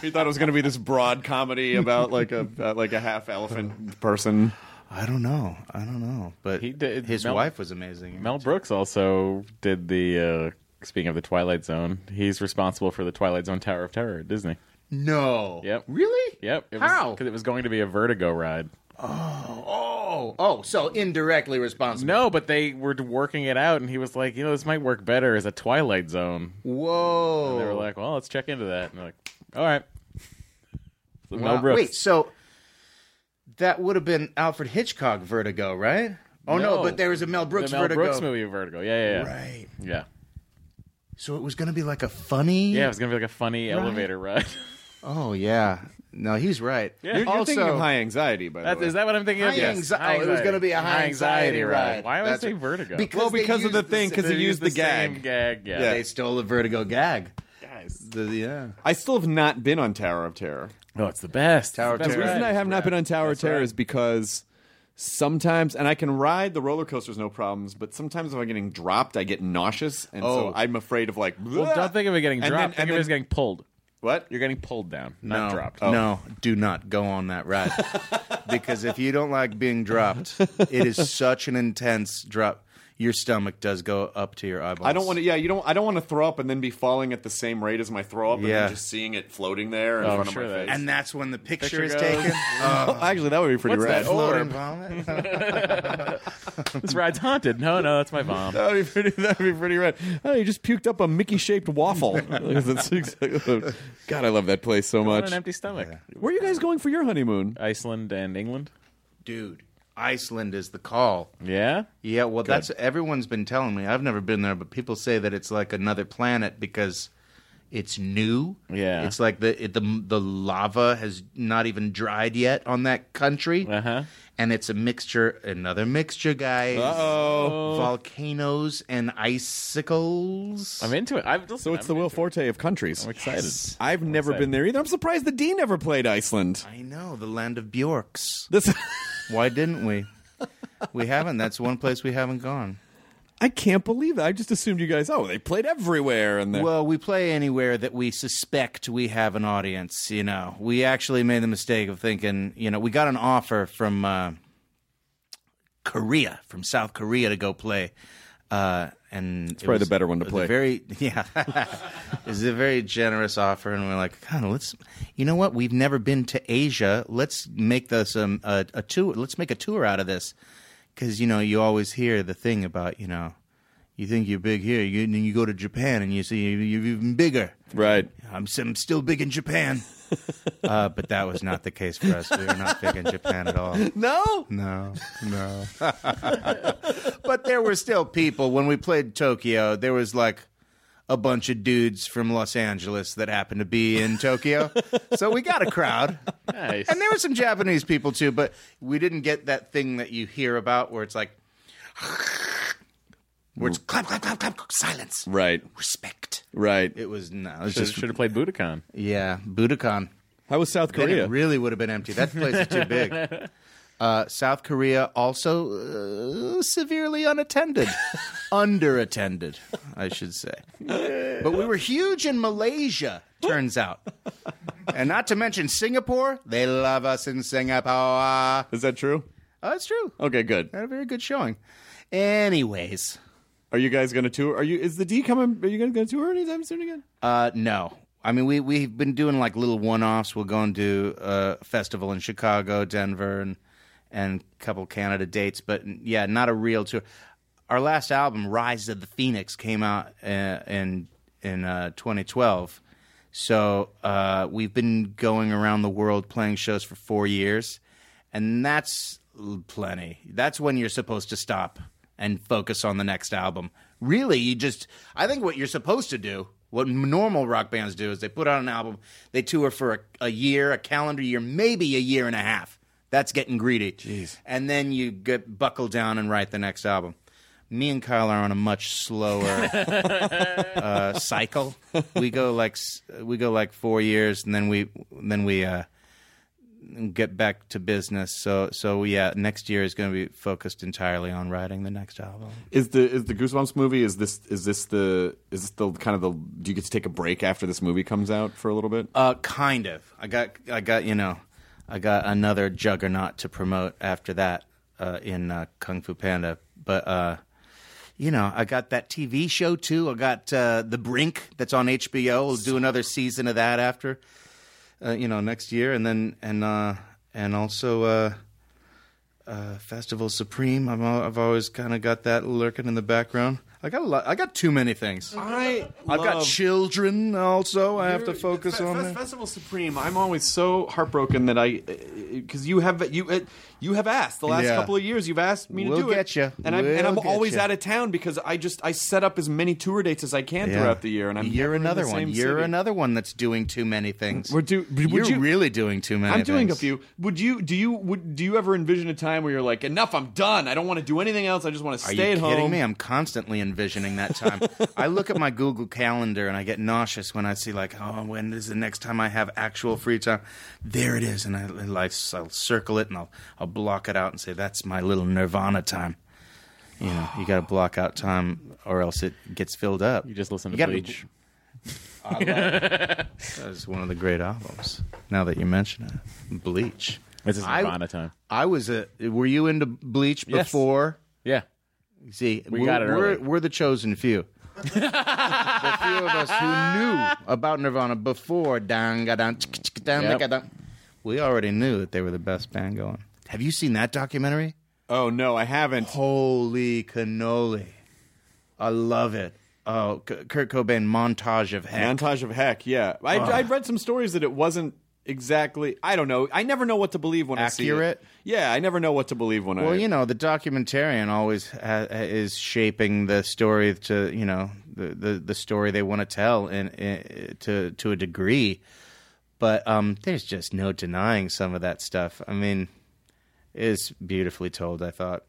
Speaker 2: he thought it was going to be this broad comedy about like a uh, like a half elephant person.
Speaker 6: I don't know. I don't know. But
Speaker 4: He did-
Speaker 6: his
Speaker 4: Mel-
Speaker 6: wife was amazing.
Speaker 4: Mel Brooks also did the. Uh, speaking of the Twilight Zone, he's responsible for the Twilight Zone Tower of Terror at Disney.
Speaker 6: No.
Speaker 4: Yep.
Speaker 6: Really?
Speaker 4: Yep. It
Speaker 6: How?
Speaker 4: Because it was going to be a Vertigo ride.
Speaker 6: Oh. Oh. So indirectly responsible.
Speaker 4: No, but they were working it out, and he was like, you know, this might work better as a Twilight Zone.
Speaker 6: Whoa.
Speaker 4: They were like, well, let's check into that. And they're like, all right. So Mel Brooks.
Speaker 6: Wait. So that would have been Alfred Hitchcock Vertigo, right? Oh no, but there was a Mel Brooks
Speaker 4: the Mel
Speaker 6: Vertigo.
Speaker 4: Brooks movie, Vertigo. Yeah, yeah, yeah.
Speaker 6: Right.
Speaker 4: Yeah.
Speaker 6: So it was going to be like a funny.
Speaker 4: Yeah, it was going to be like a funny elevator ride.
Speaker 6: Oh yeah. No, he's right.
Speaker 2: You're, you're
Speaker 6: also,
Speaker 2: thinking of high anxiety, by the
Speaker 4: That,
Speaker 2: way.
Speaker 4: is that what I'm thinking of?
Speaker 6: High anxi- oh, it was gonna be a high anxiety ride.
Speaker 4: Why would I
Speaker 6: That's
Speaker 4: say
Speaker 6: right.
Speaker 4: vertigo?
Speaker 2: well,
Speaker 6: they
Speaker 2: because of
Speaker 6: used
Speaker 2: the thing, because
Speaker 4: They
Speaker 2: he used the,
Speaker 4: same
Speaker 2: gag.
Speaker 4: gag. Yeah.
Speaker 2: Yeah.
Speaker 6: They stole the Vertigo gag.
Speaker 4: Guys.
Speaker 6: The, yeah.
Speaker 2: I still have not been on Tower of Terror.
Speaker 4: Oh, it's the best.
Speaker 6: Tower of
Speaker 4: It's
Speaker 2: The
Speaker 6: Terror.
Speaker 4: best
Speaker 2: reason
Speaker 4: ride.
Speaker 2: I have not been on Tower of Terror
Speaker 4: right.
Speaker 2: is because sometimes, and I can ride the roller coasters no problems, but sometimes if I'm getting dropped, I get nauseous, and so
Speaker 6: Oh.
Speaker 2: I'm afraid of like.
Speaker 4: Well, don't think of it getting
Speaker 2: And
Speaker 4: dropped.
Speaker 2: Then, and
Speaker 4: think of it
Speaker 2: then-
Speaker 4: as getting pulled.
Speaker 2: what?
Speaker 4: You're getting pulled down, not
Speaker 6: No, Oh.
Speaker 4: dropped.
Speaker 6: no, do not go on that ride because if you don't like being dropped, it is such an intense drop. Your stomach does go up to your eyeballs.
Speaker 2: I don't want to. Yeah, you don't. I don't want to throw up and then be falling at the same rate as my throw up, and
Speaker 6: Yeah.
Speaker 2: then just seeing it floating there in
Speaker 4: Oh, I'm
Speaker 2: front
Speaker 4: sure
Speaker 2: of my
Speaker 4: that-
Speaker 2: face.
Speaker 6: And that's when the picture,
Speaker 4: Picture
Speaker 6: is
Speaker 4: goes.
Speaker 6: taken.
Speaker 2: Oh, actually, that would be pretty
Speaker 4: What's
Speaker 2: rad.
Speaker 4: that Oh.
Speaker 6: Floating
Speaker 4: orb?
Speaker 6: vomit.
Speaker 4: This ride's haunted. No, no, that's my bomb.
Speaker 2: That would be pretty. That would be pretty rad. Oh, you just puked up a Mickey-shaped waffle. That's exactly what- God, I love that place so
Speaker 4: On
Speaker 2: much.
Speaker 4: an empty stomach.
Speaker 2: Where are you guys going for your honeymoon?
Speaker 4: Iceland and England.
Speaker 6: Dude, Iceland is the call.
Speaker 4: Yeah.
Speaker 6: Yeah, well, that's everyone's been telling me. I've never been there, but people say that it's like another planet because it's new.
Speaker 4: Yeah.
Speaker 6: it's like the it, the the lava has not even dried yet on that country,
Speaker 4: Uh huh.
Speaker 6: and it's a mixture, another mixture, guys.
Speaker 2: Oh,
Speaker 6: Volcanoes and icicles.
Speaker 4: I'm into it. I've, listen,
Speaker 2: so it's
Speaker 4: I'm
Speaker 2: the Will
Speaker 4: into it.
Speaker 2: Forte of countries.
Speaker 4: I'm excited.
Speaker 2: I've never
Speaker 4: excited.
Speaker 2: been there either. I'm surprised the D never played Iceland.
Speaker 6: I know the land of Bjorks.
Speaker 2: This,
Speaker 6: Why didn't we? we haven't. That's one place we haven't gone.
Speaker 2: I can't believe that. I just assumed you guys. Oh, they played everywhere, and well,
Speaker 6: Well, we play anywhere that we suspect we have an audience. You know, we actually made the mistake of thinking. You know, we got an offer from uh, Korea, from South Korea, to go play. Uh, and it's
Speaker 2: probably the better one to play.
Speaker 6: Very, yeah, it was a very generous offer, and we're like, God, let's. You know what? We've never been to Asia. Let's make this um, a, a tour. Let's make a tour out of this, because you know you always hear the thing about you know you think you're big here, you, and you go to Japan and you see you- you're even bigger.
Speaker 2: right.
Speaker 6: I'm, s- I'm still big in Japan. uh, but that was not the case for us. We were not big in Japan at all.
Speaker 2: No,
Speaker 6: No, no. but there were still people. When we played Tokyo, there was like a bunch of dudes from Los Angeles that happened to be in Tokyo. so we got a crowd.
Speaker 4: Nice.
Speaker 6: And there were some Japanese people too, but we didn't get that thing that you hear about where it's like, where it's clap, clap, clap, clap, silence,
Speaker 2: right,
Speaker 6: respect.
Speaker 2: right.
Speaker 6: It was, no, it was
Speaker 4: Just
Speaker 6: just,
Speaker 4: should have played Budokan.
Speaker 6: yeah, Budokan.
Speaker 2: How was South
Speaker 6: Then
Speaker 2: Korea?
Speaker 6: it really would have been empty. That place is too big. Uh, South Korea also uh, severely unattended, underattended, I should say. But we were huge in Malaysia, turns out. And not to mention Singapore. They love us in Singapore. Oh,
Speaker 2: Is that true?
Speaker 6: it's true.
Speaker 2: Okay, good.
Speaker 6: Had a very good showing. Anyways,
Speaker 2: Are you guys going to tour? Are you? Is the D coming? Are you going to go tour anytime soon again?
Speaker 6: uh, no. I mean, we, we've been doing like little one offs. We'll go and do a uh, festival in Chicago, Denver, and, and a couple Canada dates. But yeah, not a real tour. Our last album, Rise of the Phoenix, came out uh, in, in uh, 2012. So uh, we've been going around the world playing shows for four years, and that's l- plenty. That's when you're supposed to stop and focus on the next album. Really, you just, I think what you're supposed to do, what m- normal rock bands do, is they put out an album, they tour for a, a year, a calendar year, maybe a year and a half. That's getting greedy. Jeez. And then you get buckle down and write the next album. Me and Kyle are on a much slower uh, cycle. We go like s- we go like four years, and then we then we uh, get back to business. So so yeah, next year is going to be focused entirely on writing the next album.
Speaker 2: Is the is the Goosebumps movie? Is this is this the is this the kind of the? Do you get to take a break after this movie comes out for a little bit?
Speaker 6: Uh, kind of. I got I got you know, I got another juggernaut to promote after that uh, in uh, Kung Fu Panda, but. uh you know, I got that TV show too. I got uh, The Brink that's on HBO. We'll do another season of that after, uh, you know, next year, and then and uh, and also uh, uh, Festival Supreme. I'm, al- I've always kind of got that lurking in the background. I got a lot. I got too many things.
Speaker 2: I
Speaker 6: I've got children also. I have to focus on. that.
Speaker 2: Festival Supreme. I'm always so heartbroken that I because you have you uh, you have asked the last
Speaker 6: Yeah.
Speaker 2: couple of years. You've asked me
Speaker 6: We'll
Speaker 2: to do it,
Speaker 6: get ya.
Speaker 2: and I'm, and I'm
Speaker 6: We'll get
Speaker 2: always
Speaker 6: ya.
Speaker 2: out of town because I just I set up as many tour dates as I can
Speaker 6: Yeah.
Speaker 2: throughout the year, and I'm
Speaker 6: you're
Speaker 2: never in the
Speaker 6: another one.
Speaker 2: same
Speaker 6: You're
Speaker 2: city.
Speaker 6: another one that's doing too many things.
Speaker 2: We're do- would
Speaker 6: You're
Speaker 2: you-
Speaker 6: really doing too many.
Speaker 2: I'm doing a
Speaker 6: things.
Speaker 2: few. Would you do you would do you ever envision a time where you're like enough? I'm done. I don't want to do anything else. I just want to
Speaker 6: Are
Speaker 2: stay
Speaker 6: you
Speaker 2: at
Speaker 6: kidding
Speaker 2: home.
Speaker 6: me? I'm constantly envisioning that time. I look at my Google Calendar and I get nauseous when I see like, oh, when is the next time I have actual free time? There it is, and I, and I will circle it and I'll I'll block it out and say that's my little Nirvana time. You know, you got to block out time, or else it gets filled up.
Speaker 4: You just listen to
Speaker 6: gotta-
Speaker 4: Bleach.
Speaker 6: That is one of the great albums. Now that you mention it, Bleach.
Speaker 4: This is
Speaker 6: I-
Speaker 4: Nirvana time.
Speaker 6: I was a. Were you into Bleach
Speaker 4: Yes.
Speaker 6: before?
Speaker 4: Yeah.
Speaker 6: See, we
Speaker 4: got it
Speaker 6: We're,
Speaker 4: early.
Speaker 6: we're the chosen few. the few of us who knew about Nirvana before down, got down, tsk, tsk, down,
Speaker 4: Yep.
Speaker 6: got down. We already knew that they were the best band going. Have you seen that documentary?
Speaker 2: Oh no, I haven't.
Speaker 6: Holy cannoli! I love it. Oh, K- Kurt Cobain montage of heck.
Speaker 2: Montage of heck, yeah. I, I read some stories that it wasn't exactly. I don't know. I never know what to believe when
Speaker 6: Accurate?
Speaker 2: I see it. Yeah, I never know what to believe when I.
Speaker 6: Well, you know, the documentarian always ha- is shaping the story to you know the the, the story they want to tell and and- to to a degree, but um, there's just no denying some of that stuff. I mean, it's beautifully told. I thought.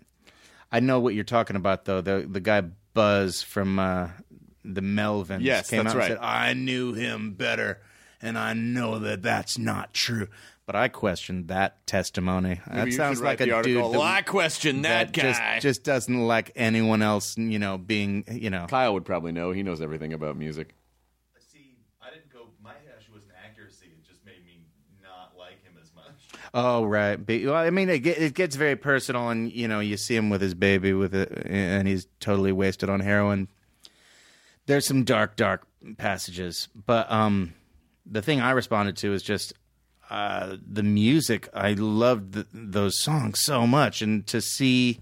Speaker 6: I know what you're talking about though. The the guy Buzz from uh, the Melvins
Speaker 2: Yes,
Speaker 6: came
Speaker 2: that's
Speaker 6: out
Speaker 2: right.
Speaker 6: and said, "I knew him better." And I know that that's not true, but I questioned that testimony.
Speaker 2: Maybe
Speaker 6: that
Speaker 2: you
Speaker 6: sounds
Speaker 2: should write
Speaker 6: like a
Speaker 2: the article.
Speaker 6: dude that-
Speaker 2: "Well, I question that, guy.
Speaker 6: just just doesn't like anyone else, you know, being you know.
Speaker 2: Kyle would probably know. He knows everything about music.
Speaker 7: See, I didn't go. My issue was an accuracy. It just made me not like him as much.
Speaker 6: Oh right, Be- well, I mean, it, get, it gets very personal, and you know, you see him with his baby with it, and he's totally wasted on heroin. There's some dark, dark passages, but um, the thing I responded to is just uh, the music. I loved th those songs so much, and to see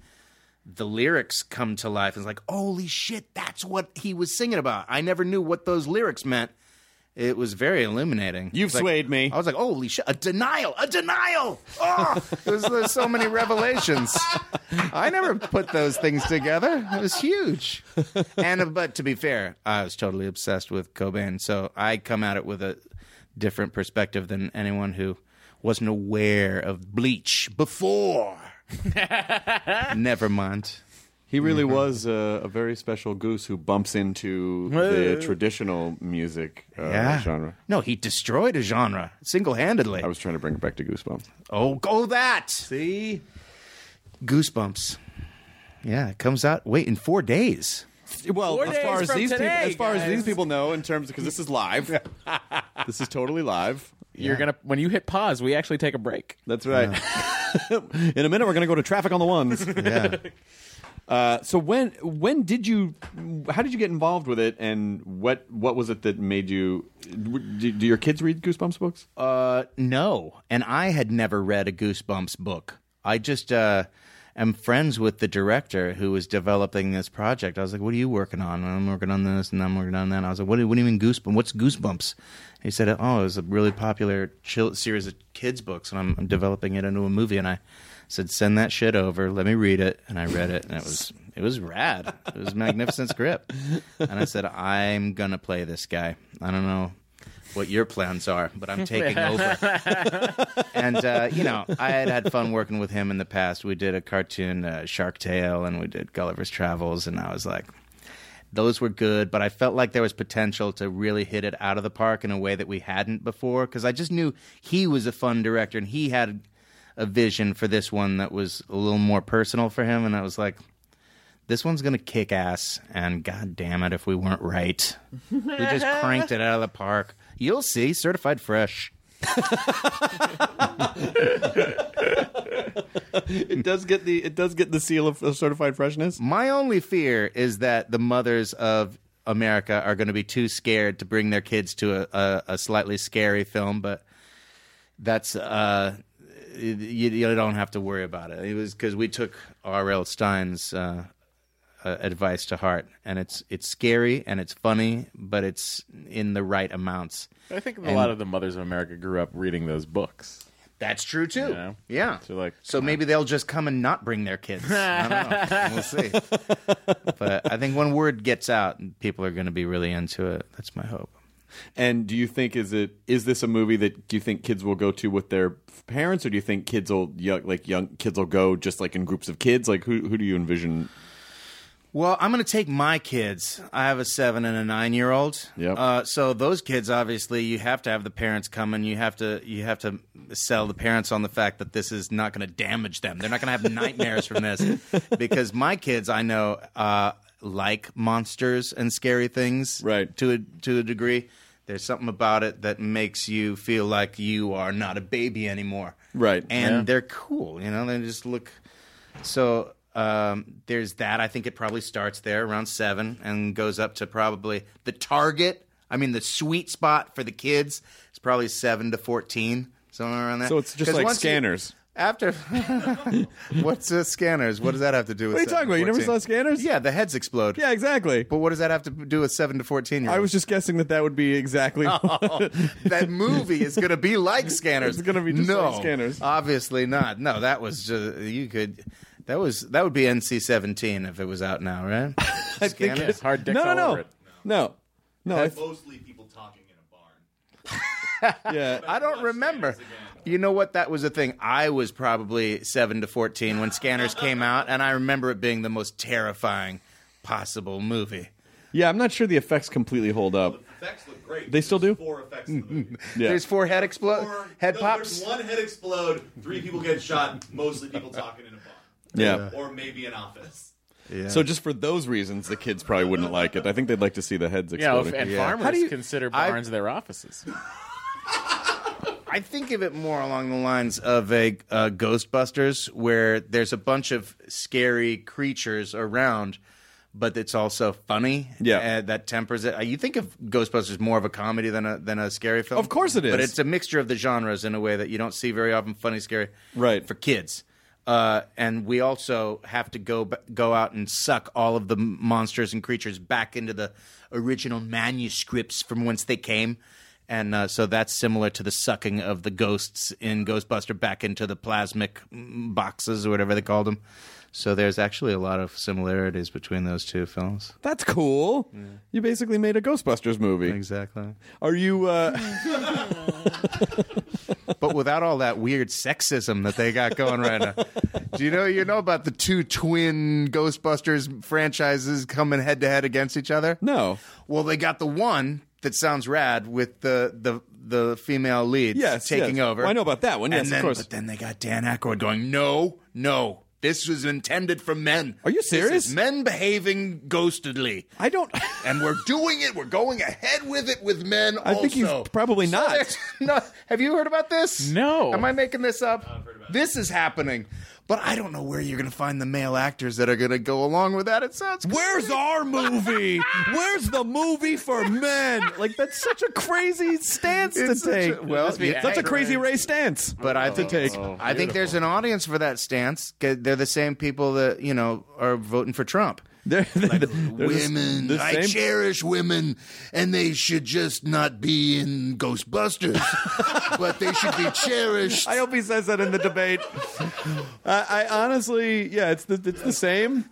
Speaker 6: the lyrics come to life is like, holy shit, that's what he was singing about. I never knew what those lyrics meant. It was very illuminating.
Speaker 2: You've
Speaker 6: It's like-
Speaker 2: swayed me.
Speaker 6: I was like, holy shit, a denial, a denial. Oh, there's, there's so many revelations. I never put those things together. It was huge. And uh, but to be fair, I was totally obsessed with Cobain, so I come at it with a different perspective than anyone who wasn't aware of Bleach before. Never mind.
Speaker 2: He really was a, a very special goose who bumps into the traditional music uh,
Speaker 6: yeah.
Speaker 2: genre.
Speaker 6: No, he destroyed a genre single handedly.
Speaker 2: I was trying to bring it back to Goosebumps.
Speaker 6: Oh, go that. See? Goosebumps. Yeah, it comes out, wait, in four days.
Speaker 2: Well,
Speaker 4: Four
Speaker 2: as far
Speaker 4: days
Speaker 2: as
Speaker 4: from
Speaker 2: these
Speaker 4: today,
Speaker 2: people, as far as
Speaker 4: guys.
Speaker 2: these people know, in terms because this is live, this is totally live.
Speaker 4: You're gonna when you hit pause, we actually take a break.
Speaker 2: That's right. in a minute, we're gonna go to traffic on the ones.
Speaker 6: Yeah.
Speaker 2: Uh, so when when did you? How did you get involved with it? And what what was it that made you? Do, do your kids read Goosebumps books?
Speaker 6: Uh, no. And I had never read a Goosebumps book. I just uh, am friends with the director who was developing this project. I was like, "What are you working on?" And I'm working on this, and I'm working on that. And I was like, "What do, what do you mean Goosebumps? What's Goosebumps?" He said, "Oh, it was a really popular chill- series of kids books, and I'm, I'm developing it into a movie." And I said, "Send that shit over. Let me read it." And I read it, and it was it was rad. It was a magnificent script. And I said, "I'm gonna play this guy. I don't know." What your plans are, but I'm taking over and uh, you know, I had had fun working with him in the past. We did a cartoon uh, Shark Tale, and we did Gulliver's Travels, and I was like, those were good, but I felt like there was potential to really hit it out of the park in a way that we hadn't before because I just knew he was a fun director and he had a vision for this one that was a little more personal for him, and I was like. This one's gonna kick ass, and god damn it, if we weren't right, we just cranked it out of the park. You'll see, certified fresh.
Speaker 2: It does get the it does get the seal of, of certified freshness.
Speaker 6: My only fear is that the mothers of America are going to be too scared to bring their kids to a, a, a slightly scary film, but that's uh, you, you don't have to worry about it. It was because we took R.L. Stein's uh, uh, advice to heart, and it's it's scary and it's funny, but it's in the right amounts.
Speaker 4: I think a lot of the mothers of America grew up reading those books.
Speaker 6: That's true too.
Speaker 4: know?
Speaker 6: Yeah.
Speaker 4: So, like, uh,
Speaker 6: so maybe they'll just come and not bring their kids. I don't know. We'll see. but I think when word gets out, people are going to be really into it. That's my hope.
Speaker 2: And do you think is it is this a movie that you think kids will go to with their parents, or do you think kids will young, like young kids will go just like in groups of kids? Like who who do you envision?
Speaker 6: Well, I'm going to take my kids. I have a seven and a nine year old.
Speaker 2: Yep.
Speaker 6: Uh, so those kids, obviously, you have to have the parents come and you have to you have to sell the parents on the fact that this is not going to damage them. They're not going to have nightmares from this because my kids, I know, uh, like monsters and scary things.
Speaker 2: Right.
Speaker 6: To a to a degree, there's something about it that makes you feel like you are not a baby anymore.
Speaker 2: Right.
Speaker 6: And
Speaker 2: Yeah.
Speaker 6: they're cool. You know, they just look. So um, there's that. I think it probably starts there around seven and goes up to probably the target. I mean, the sweet spot for the kids is probably seven to fourteen, somewhere around that.
Speaker 2: So it's just
Speaker 6: 'Cause
Speaker 2: like
Speaker 6: once you-
Speaker 2: Scanners.
Speaker 6: after what's uh, scanners? What does that have to do with?
Speaker 2: What are you talking about? You never saw Scanners?
Speaker 6: Yeah, the heads explode.
Speaker 2: Yeah, exactly.
Speaker 6: but what does that have to do with seven to fourteen?
Speaker 2: I was just guessing that that would be exactly.
Speaker 6: that movie is going to be like Scanners.
Speaker 2: It's gonna be just
Speaker 6: no,
Speaker 2: like Scanners.
Speaker 6: Obviously not. No, that was just you could. That was that would be NC seventeen if it was out now, right? Scanners.
Speaker 4: It's hard dicks
Speaker 2: no, no,
Speaker 4: all
Speaker 2: no,
Speaker 4: over it.
Speaker 2: no, no. I th-
Speaker 7: Mostly people talking in a barn.
Speaker 2: yeah,
Speaker 6: I don't remember. You know what? That was a thing. I was probably seven to fourteen when Scanners came out, and I remember it being the most terrifying possible movie.
Speaker 2: yeah. I'm not sure the effects completely hold up.
Speaker 7: Effects look great.
Speaker 2: They still
Speaker 7: There's
Speaker 2: do?
Speaker 7: Four effects in the movie.
Speaker 2: Yeah.
Speaker 6: There's four head explode,
Speaker 7: Four-
Speaker 6: head
Speaker 7: no,
Speaker 6: pops.
Speaker 7: There's one head explode. Three people get shot. Mostly people talking in a barn.
Speaker 2: Yeah.
Speaker 7: Or maybe an office.
Speaker 2: So just for those reasons, the kids probably wouldn't like it. I think they'd like to see the heads
Speaker 4: Yeah,
Speaker 2: exploding.
Speaker 4: if, and
Speaker 6: How
Speaker 4: farmers
Speaker 6: do you-
Speaker 4: consider
Speaker 6: I-
Speaker 4: barns their offices.
Speaker 6: I think of it more along the lines of a uh, Ghostbusters, where there's a bunch of scary creatures around, but it's also funny.
Speaker 2: Yeah.
Speaker 6: uh, that tempers it. Uh, You think of Ghostbusters more of a comedy than a than a scary film.
Speaker 2: Of course it is.
Speaker 6: but it's a mixture of the genres in a way that you don't see very often. Funny, scary,
Speaker 2: Right.
Speaker 6: for kids. Uh, and we also have to go b- go out and suck all of the m- monsters and creatures back into the original manuscripts from whence they came, And uh, so that's similar to the sucking of the ghosts in Ghostbuster back into the plasmic mm, boxes or whatever they called them. So there's actually a lot of similarities between those two films.
Speaker 2: That's cool. You basically made a Ghostbusters movie.
Speaker 6: Exactly.
Speaker 2: Are you? Uh,
Speaker 6: but without all that weird sexism that they got going right now. Do you know you know about the two twin Ghostbusters franchises coming head to head against each other?
Speaker 2: no.
Speaker 6: Well, they got the one that sounds rad with the the the female leads
Speaker 2: Yes,
Speaker 6: taking
Speaker 2: yes.
Speaker 6: over.
Speaker 2: Well, I know about that one.
Speaker 6: And
Speaker 2: Yes, of
Speaker 6: then-
Speaker 2: course.
Speaker 6: But then they got Dan Aykroyd going, "No, no, this was intended for men.
Speaker 2: Are you
Speaker 6: This is
Speaker 2: serious?
Speaker 6: men behaving ghostedly."
Speaker 2: I don't.
Speaker 6: and we're doing it. We're going ahead with it with men.
Speaker 2: I think he's
Speaker 6: also."
Speaker 2: probably
Speaker 6: So
Speaker 2: not.
Speaker 6: there's- no, have you heard about this?
Speaker 4: No.
Speaker 6: Am I making this up? this is happening, but I don't know where you're going to find the male actors that are going to go along with that. It sounds.
Speaker 2: Where's our movie? Where's the movie for men? Like that's such a crazy stance
Speaker 6: It's
Speaker 2: to
Speaker 6: such a-
Speaker 2: take.
Speaker 6: well, Must be
Speaker 2: It's such a
Speaker 6: accurate.
Speaker 2: crazy Ray stance.
Speaker 6: But I think
Speaker 2: take.
Speaker 6: I think there's an audience for that stance. 'cause They're the same people that you know are voting for Trump.
Speaker 2: They're- they're the-
Speaker 6: women,
Speaker 2: the
Speaker 6: I
Speaker 2: same-
Speaker 6: cherish women, and they should just not be in Ghostbusters, but they should be cherished.
Speaker 2: I hope he says that in the debate. I, I honestly, yeah, it's the it's the same.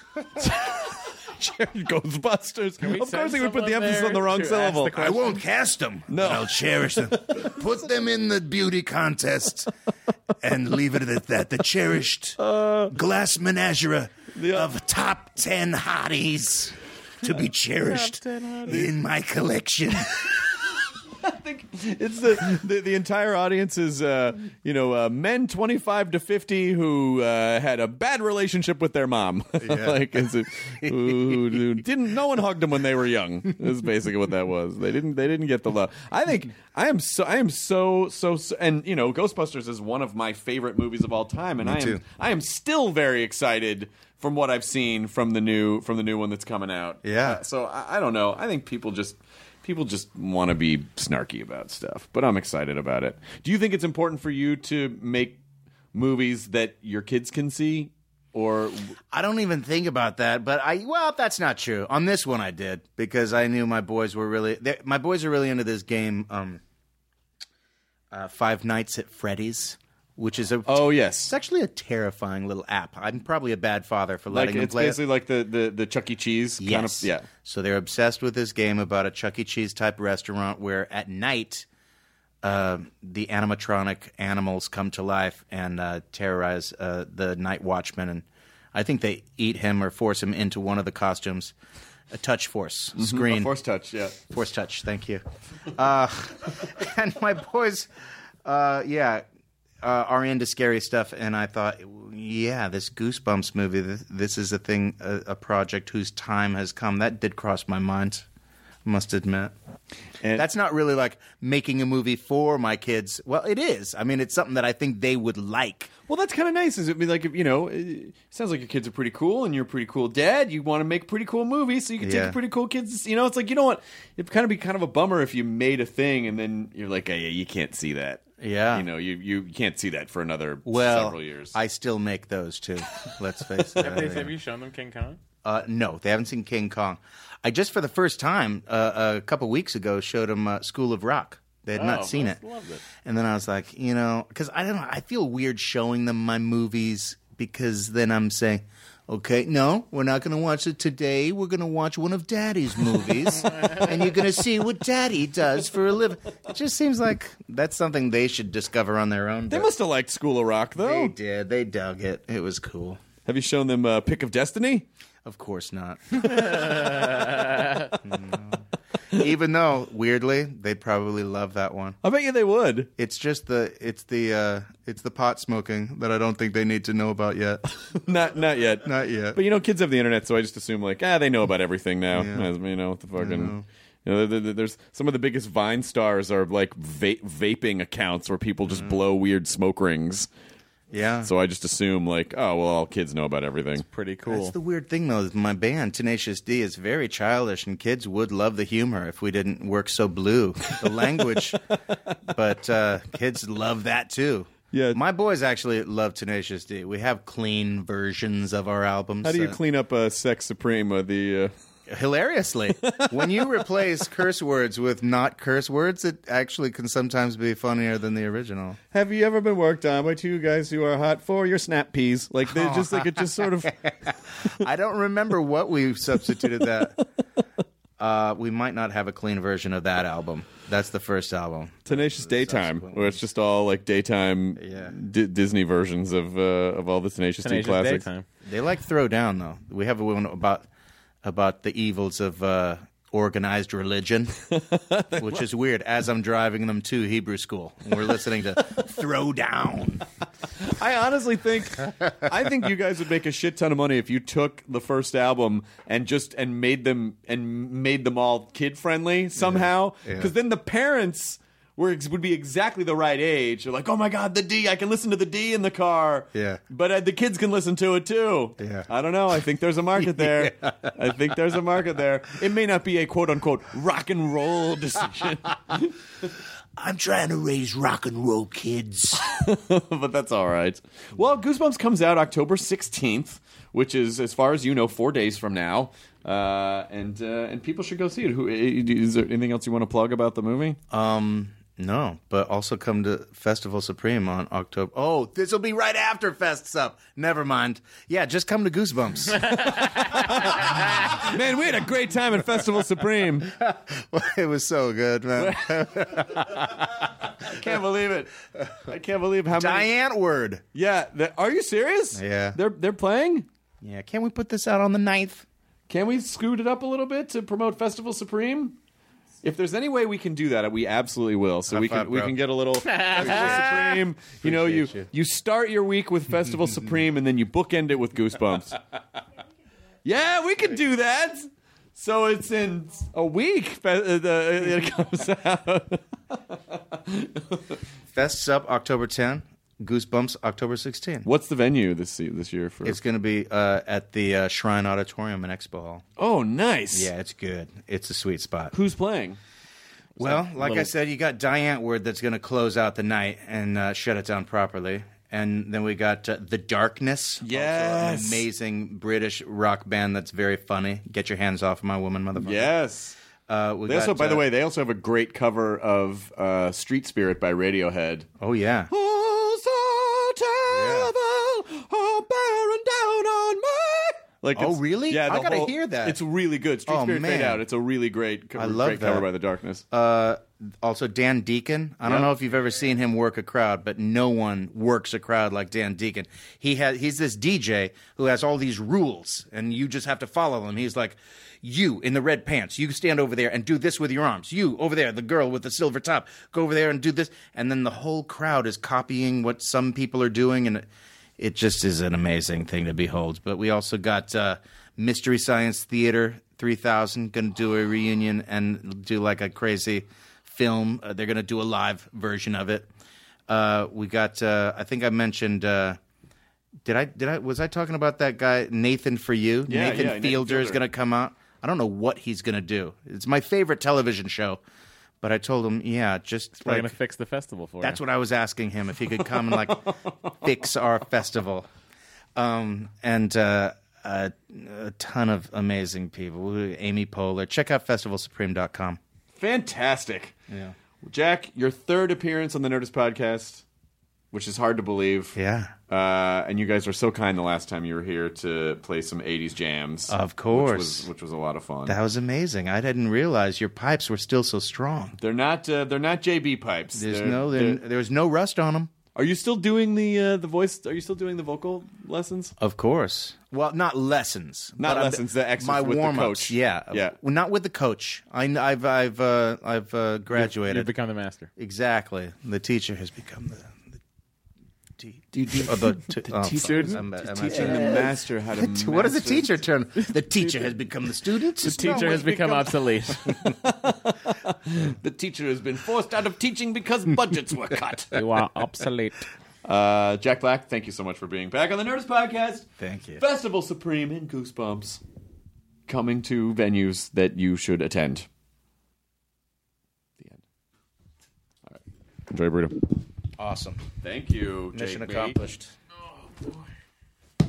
Speaker 2: Jared Ghostbusters. Of course,
Speaker 4: send
Speaker 2: he would put the
Speaker 4: someone
Speaker 2: emphasis on the
Speaker 4: there
Speaker 2: wrong
Speaker 4: to ask the
Speaker 2: syllable.
Speaker 4: question?
Speaker 6: I won't cast them.
Speaker 2: No.
Speaker 6: I'll cherish them. Put them in the beauty contest and leave it at that. The cherished glass menagerie of top 10 hotties to be cherished in my collection.
Speaker 2: it's the, the the entire audience is uh, you know uh, men twenty five to fifty who uh, had a bad relationship with their mom, like it's a- who, who didn't no one hugged them when they were young. Is basically what that was. They didn't they didn't get the love. I think I am so I am so so, so and you know Ghostbusters is one of my favorite movies of all time, and I am
Speaker 6: too.
Speaker 2: I am still very excited. From what I've seen from the new from the new one that's coming out,
Speaker 6: Yeah.
Speaker 2: Uh, so I, I don't know. I think people just people just want to be snarky about stuff, but I'm excited about it. Do you think it's important for you to make movies that your kids can see? Or
Speaker 6: I don't even think about that, but I well, that's not true. On this one, I did because I knew my boys were really they- my boys are really into this game, um, uh, Five Nights at Freddy's, which is a
Speaker 2: oh
Speaker 6: it's
Speaker 2: yes,
Speaker 6: actually a terrifying little app. I'm probably a bad father for
Speaker 2: like
Speaker 6: letting them
Speaker 2: it's
Speaker 6: play it.
Speaker 2: basically like the the the Chuck E. Cheese kind of
Speaker 6: Yes.
Speaker 2: yeah.
Speaker 6: So they're obsessed with this game about a Chuck E. Cheese type restaurant where at night uh, the animatronic animals come to life and uh, terrorize uh, the night watchman. And I think they eat him or force him into one of the costumes. A touch force screen.
Speaker 2: Mm-hmm. Force touch, yeah.
Speaker 6: Force touch. Thank you. Uh, and my boys, uh, yeah, uh, are into scary stuff. And I thought, yeah, this Goosebumps movie, th- this is a thing, a, a project whose time has come. That did cross my mind, must admit.
Speaker 2: And-
Speaker 6: That's not really like making a movie for my kids. Well, it is. I mean, it's something that I think they would like.
Speaker 2: Well, that's kind of nice. Is it be like you know? It sounds like your kids are pretty cool, and you're a pretty cool dad. You want to make pretty cool movies, so you can take
Speaker 6: Yeah.
Speaker 2: your pretty cool kids. You know, it's like you know what? It'd kind of be kind of a bummer if you made a thing and then you're like, oh, yeah, you can't see that.
Speaker 6: Yeah.
Speaker 2: you know, you you can't see that for another
Speaker 6: Well,
Speaker 2: several years.
Speaker 6: I still make those too. Let's face it.
Speaker 4: Have, they, have you shown them King Kong?
Speaker 6: Uh, no, they haven't seen King Kong. I just for the first time uh, a couple weeks ago showed them uh, School of Rock. They had
Speaker 4: Oh,
Speaker 6: not seen
Speaker 4: I
Speaker 6: it.
Speaker 4: loved it.
Speaker 6: And then I was like, you know, because I don't know, I feel weird showing them my movies because then I'm saying, okay, no, we're not going to watch it today. We're going to watch one of Daddy's movies, and you're going to see what Daddy does for a living. It just seems like that's something they should discover on their own.
Speaker 2: they
Speaker 6: but
Speaker 2: must have liked School of Rock,
Speaker 6: They
Speaker 2: though.
Speaker 6: did. They dug it. It was cool.
Speaker 2: Have you shown them uh, Pick of Destiny?
Speaker 6: Of course not. Even though, weirdly, they probably love that one.
Speaker 2: I bet you they would.
Speaker 6: It's just the it's the uh, it's the pot smoking that I don't think they need to know about yet.
Speaker 2: not not yet.
Speaker 6: Not yet.
Speaker 2: But you know, kids have the internet, so I just assume like ah, they know about everything now. As, you know, what the fucking. You know, there- there- there's some of the biggest Vine stars are like va- vaping accounts where people just blow weird smoke rings.
Speaker 6: Yeah.
Speaker 2: So I just assume like, oh well, all kids know about everything.
Speaker 4: Pretty
Speaker 6: that's
Speaker 4: cool.
Speaker 6: the weird thing though. is My band Tenacious D is very childish, and kids would love the humor if we didn't work so blue the language. but uh, kids love that too.
Speaker 2: Yeah.
Speaker 6: my boys actually love Tenacious D. We have clean versions of our albums.
Speaker 2: How do you
Speaker 6: uh,
Speaker 2: clean up uh, Sex Supreme? Uh, the uh,
Speaker 6: hilariously. when you replace curse words with not curse words, it actually can sometimes be funnier than the original.
Speaker 2: Have you ever been worked on by two guys who are hot for your snap peas? Like they just like it just sort of
Speaker 6: I don't remember what we substituted that. Uh, we might not have a clean version of that album. That's the first album.
Speaker 2: Tenacious Daytime, where it's just all like daytime
Speaker 6: Yeah.
Speaker 2: D- Disney versions of uh, of all the Tenacious,
Speaker 4: Tenacious
Speaker 2: D classics.
Speaker 4: Daytime.
Speaker 6: They like throw down though. We have one about about the evils of uh, organized religion, which is weird. As I'm driving them to Hebrew school, and we're listening to throw down.
Speaker 2: I honestly think I think you guys would make a shit ton of money if you took the first album and just and made them and made them all kid friendly somehow.
Speaker 6: Yeah.
Speaker 2: Because then the parents were ex- would be exactly the right age. They're like, oh my god, the D! I can listen to the D in the car.
Speaker 6: Yeah.
Speaker 2: but uh, the kids can listen to it too.
Speaker 6: Yeah.
Speaker 2: I don't know. I think there's a market there. I think there's a market there. It may not be a quote unquote rock and roll decision,
Speaker 6: I'm trying to raise rock and roll kids.
Speaker 2: but that's all right. Well, Goosebumps comes out October 16th, which is, as far as you know, four days from now. Uh, and uh, and people should go see it. Who eh, is there anything else you want to plug about the movie?
Speaker 6: Um, no, but also come to Festival Supreme on October. Oh, this will be right after Fest's up. Never mind. Yeah, just come to Goosebumps.
Speaker 2: Man, we had a great time at Festival Supreme.
Speaker 6: it was so good, man.
Speaker 2: I can't believe it. I can't believe how many.
Speaker 6: Diane Word.
Speaker 2: Yeah, the- are you serious?
Speaker 6: Yeah.
Speaker 2: they're they're playing.
Speaker 6: Yeah, can we put this out on the 9th?
Speaker 2: Can we scoot it up a little bit to promote Festival Supreme? If there's any way we can do that, we absolutely will. So we can
Speaker 6: five,
Speaker 2: we
Speaker 6: bro.
Speaker 2: can get a little Festival Supreme. You know, you,
Speaker 6: Appreciate
Speaker 2: you
Speaker 6: you.
Speaker 2: start your week with Festival Supreme and then you bookend it with Goosebumps. yeah, we can do that. So it's in a week. fe- uh, the- It comes out.
Speaker 6: Fest's up October 10. Goosebumps October 16.
Speaker 2: What's the venue this se- this year for?
Speaker 6: It's going to be uh, at the uh, Shrine Auditorium in Expo Hall.
Speaker 2: oh, nice.
Speaker 6: Yeah, it's good. It's a sweet spot.
Speaker 2: Who's playing?
Speaker 6: Well, like I
Speaker 4: little-
Speaker 6: said, you got Diane Word that's going to close out the night and uh, shut it down properly. And then we got uh, The Darkness. also
Speaker 2: Yes.
Speaker 6: an amazing British rock band that's very funny. Get your hands off my woman, motherfucker.
Speaker 2: Yes.
Speaker 6: Uh, we
Speaker 2: They also,
Speaker 6: got,
Speaker 2: by the
Speaker 6: uh,
Speaker 2: way, they also have a great cover of uh, "Street Spirit" by Radiohead.
Speaker 6: Oh, yeah.
Speaker 2: Oh, so terrible. Oh, bearing down on me. Like
Speaker 6: Oh,
Speaker 2: it's-
Speaker 6: really?
Speaker 2: Yeah,
Speaker 6: I
Speaker 2: the
Speaker 6: gotta
Speaker 2: whole-
Speaker 6: hear that.
Speaker 2: It's really good. Street
Speaker 6: Oh,
Speaker 2: Spirit Fade
Speaker 6: man.
Speaker 2: Out. It's a really great cover,
Speaker 6: I love
Speaker 2: great cover
Speaker 6: that.
Speaker 2: by the Darkness.
Speaker 6: Uh, also, Dan Deacon. I don't know if you've ever seen him work a crowd, but no one works a crowd like Dan Deacon. He has he's this DJ who has all these rules, and you just have to follow them. He's like, you in the red pants, you stand over there and do this with your arms. You over there, the girl with the silver top, go over there and do this, and then the whole crowd is copying what some people are doing, and it, it just is an amazing thing to behold. But we also got uh, Mystery Science Theater 3000 going to do a reunion and do like a crazy film. Uh, they're going to do a live version of it. Uh, we got. Uh, I think I mentioned. Uh, did I? Did I? Was I talking about that guy Nathan for you?
Speaker 2: Yeah,
Speaker 6: Nathan,
Speaker 2: yeah, Nathan
Speaker 6: Fielder is
Speaker 2: Fielder.
Speaker 6: going to come out. I don't know what he's going to do. It's my favorite television show, but I told him, yeah, just
Speaker 4: We're
Speaker 6: like
Speaker 4: gonna fix the festival for
Speaker 6: that's
Speaker 4: you.
Speaker 6: what I was asking him if he could come and like fix our festival. Um, and uh, a, a ton of amazing people. Amy Poehler. Check out festivalsupreme.com.
Speaker 2: Fantastic.
Speaker 6: Yeah.
Speaker 2: Jack, your third appearance on the Nerdist podcast, which is hard to believe.
Speaker 6: Yeah.
Speaker 2: Uh, and you guys were so kind the last time you were here to play some '80s jams.
Speaker 6: Of
Speaker 2: which
Speaker 6: course.
Speaker 2: was, which was a lot of fun.
Speaker 6: That was amazing. I didn't realize your pipes were still so strong.
Speaker 2: they're not. Uh, they're not JB pipes.
Speaker 6: There's
Speaker 2: They're-
Speaker 6: no
Speaker 2: they're-
Speaker 6: there, there was no rust on them.
Speaker 2: Are you still doing the uh, the voice? Are you still doing the vocal lessons?
Speaker 6: Of course. Well, not lessons.
Speaker 2: Not
Speaker 6: Uh, but I'm-
Speaker 2: lessons, the extras
Speaker 6: my
Speaker 2: with the
Speaker 6: warm-ups,
Speaker 2: coach.
Speaker 6: Yeah.
Speaker 2: Yeah.
Speaker 6: Well, not with the coach. I, have I've uh, I've uh, graduated.
Speaker 4: You've become the master.
Speaker 6: Exactly. The teacher has become the. the te- or the, t- oh, fuck.
Speaker 2: student?
Speaker 6: I'm- I'm-
Speaker 2: Teaching the
Speaker 6: I'm-
Speaker 2: master how to.
Speaker 6: What does
Speaker 2: master-
Speaker 6: the teacher turn? The teacher has become the student. The
Speaker 4: Teacher has become obsolete.
Speaker 2: The teacher has been forced out of teaching because budgets were cut.
Speaker 4: you are obsolete.
Speaker 2: Uh, Jack Black, thank you so much for being back on the Nerdist Podcast.
Speaker 6: Thank you.
Speaker 2: Festival Supreme and Goosebumps coming to venues that you should attend. The end. All right. Enjoy your burrito.
Speaker 6: Awesome.
Speaker 2: Thank you.
Speaker 6: Mission
Speaker 2: Jake Bate.
Speaker 6: accomplished. Oh,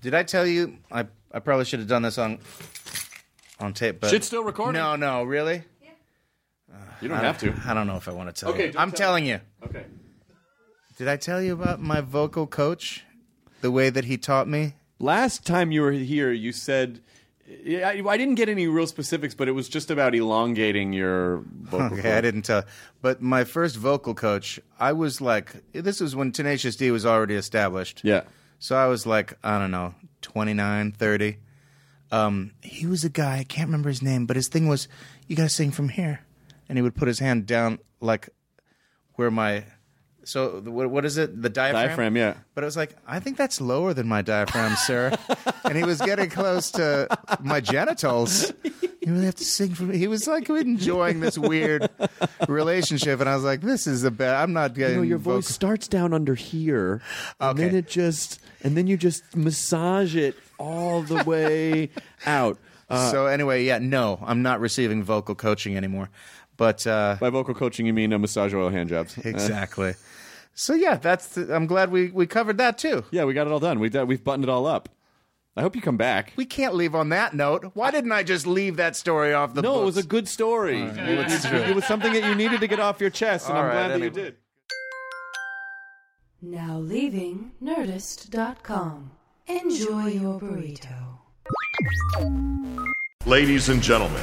Speaker 6: Did I tell you? I I probably should have done this on on tape. But
Speaker 8: Shit's still recording.
Speaker 6: No, Uh, no, really.
Speaker 8: You don't have to.
Speaker 6: I don't know if I want to tell
Speaker 8: Okay,
Speaker 6: you.
Speaker 8: don't
Speaker 6: I'm
Speaker 8: tell
Speaker 6: telling you.
Speaker 8: Okay.
Speaker 6: Did I tell you about my vocal coach? The way that he taught me.
Speaker 2: Last time you were here, you said. Yeah, I, I didn't get any real specifics, but it was just about elongating your vocal
Speaker 6: Okay, I
Speaker 2: cords.
Speaker 6: didn't tell. But my first vocal coach, I was like, this was when Tenacious D was already established.
Speaker 2: Yeah.
Speaker 6: So I was like, I don't know, 29, 30. Um, he was a guy, I can't remember his name, but his thing was, you got to sing from here. And he would put his hand down, like where my. So the- what, what is it? The diaphragm?
Speaker 2: Diaphragm, yeah.
Speaker 6: But I was like, I think that's lower than my diaphragm, sir. and he was getting close to my genitals. You really have to sing for me. He was like enjoying this weird relationship, and I was like, "This is the best." I'm not getting
Speaker 2: No, your voice
Speaker 6: vocal-
Speaker 2: starts down under here, and then
Speaker 6: Okay.
Speaker 2: it just, and then you just massage it all the way out. Uh,
Speaker 6: so anyway, yeah, no, I'm not receiving vocal coaching anymore. But uh,
Speaker 2: by vocal coaching, you mean a massage oil hand jobs?
Speaker 6: exactly. so yeah, that's. The, I'm glad we we covered that too.
Speaker 2: yeah, we got it all done. We done- we've buttoned it all up. I hope you come back.
Speaker 6: We can't leave on that note. Why didn't I just leave that story off the?
Speaker 2: no, it was a
Speaker 6: books?
Speaker 2: good story. It, was, it was something that you needed to get off your chest, and
Speaker 6: All
Speaker 2: I'm
Speaker 6: right,
Speaker 2: glad that you
Speaker 6: anyway.
Speaker 2: did.
Speaker 9: Now leaving Nerdist.com. Enjoy your burrito.
Speaker 10: Ladies and gentlemen,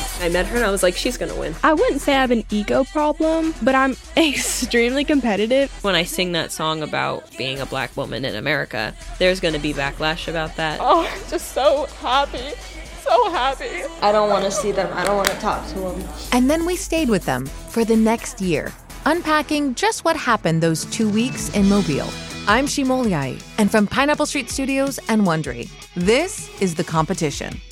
Speaker 11: I met her and I was like, she's gonna win.
Speaker 12: I wouldn't say I have an ego problem, but I'm extremely competitive.
Speaker 11: When I sing that song about being a black woman in America, there's gonna be backlash about that.
Speaker 12: Oh, I'm just so happy. So happy.
Speaker 11: I don't wanna see them, I don't wanna talk to them.
Speaker 3: And then we stayed with them for the next year, unpacking just what happened those two weeks in Mobile. I'm Shimolyai, and from Pineapple Street Studios and Wondery, this is The Competition.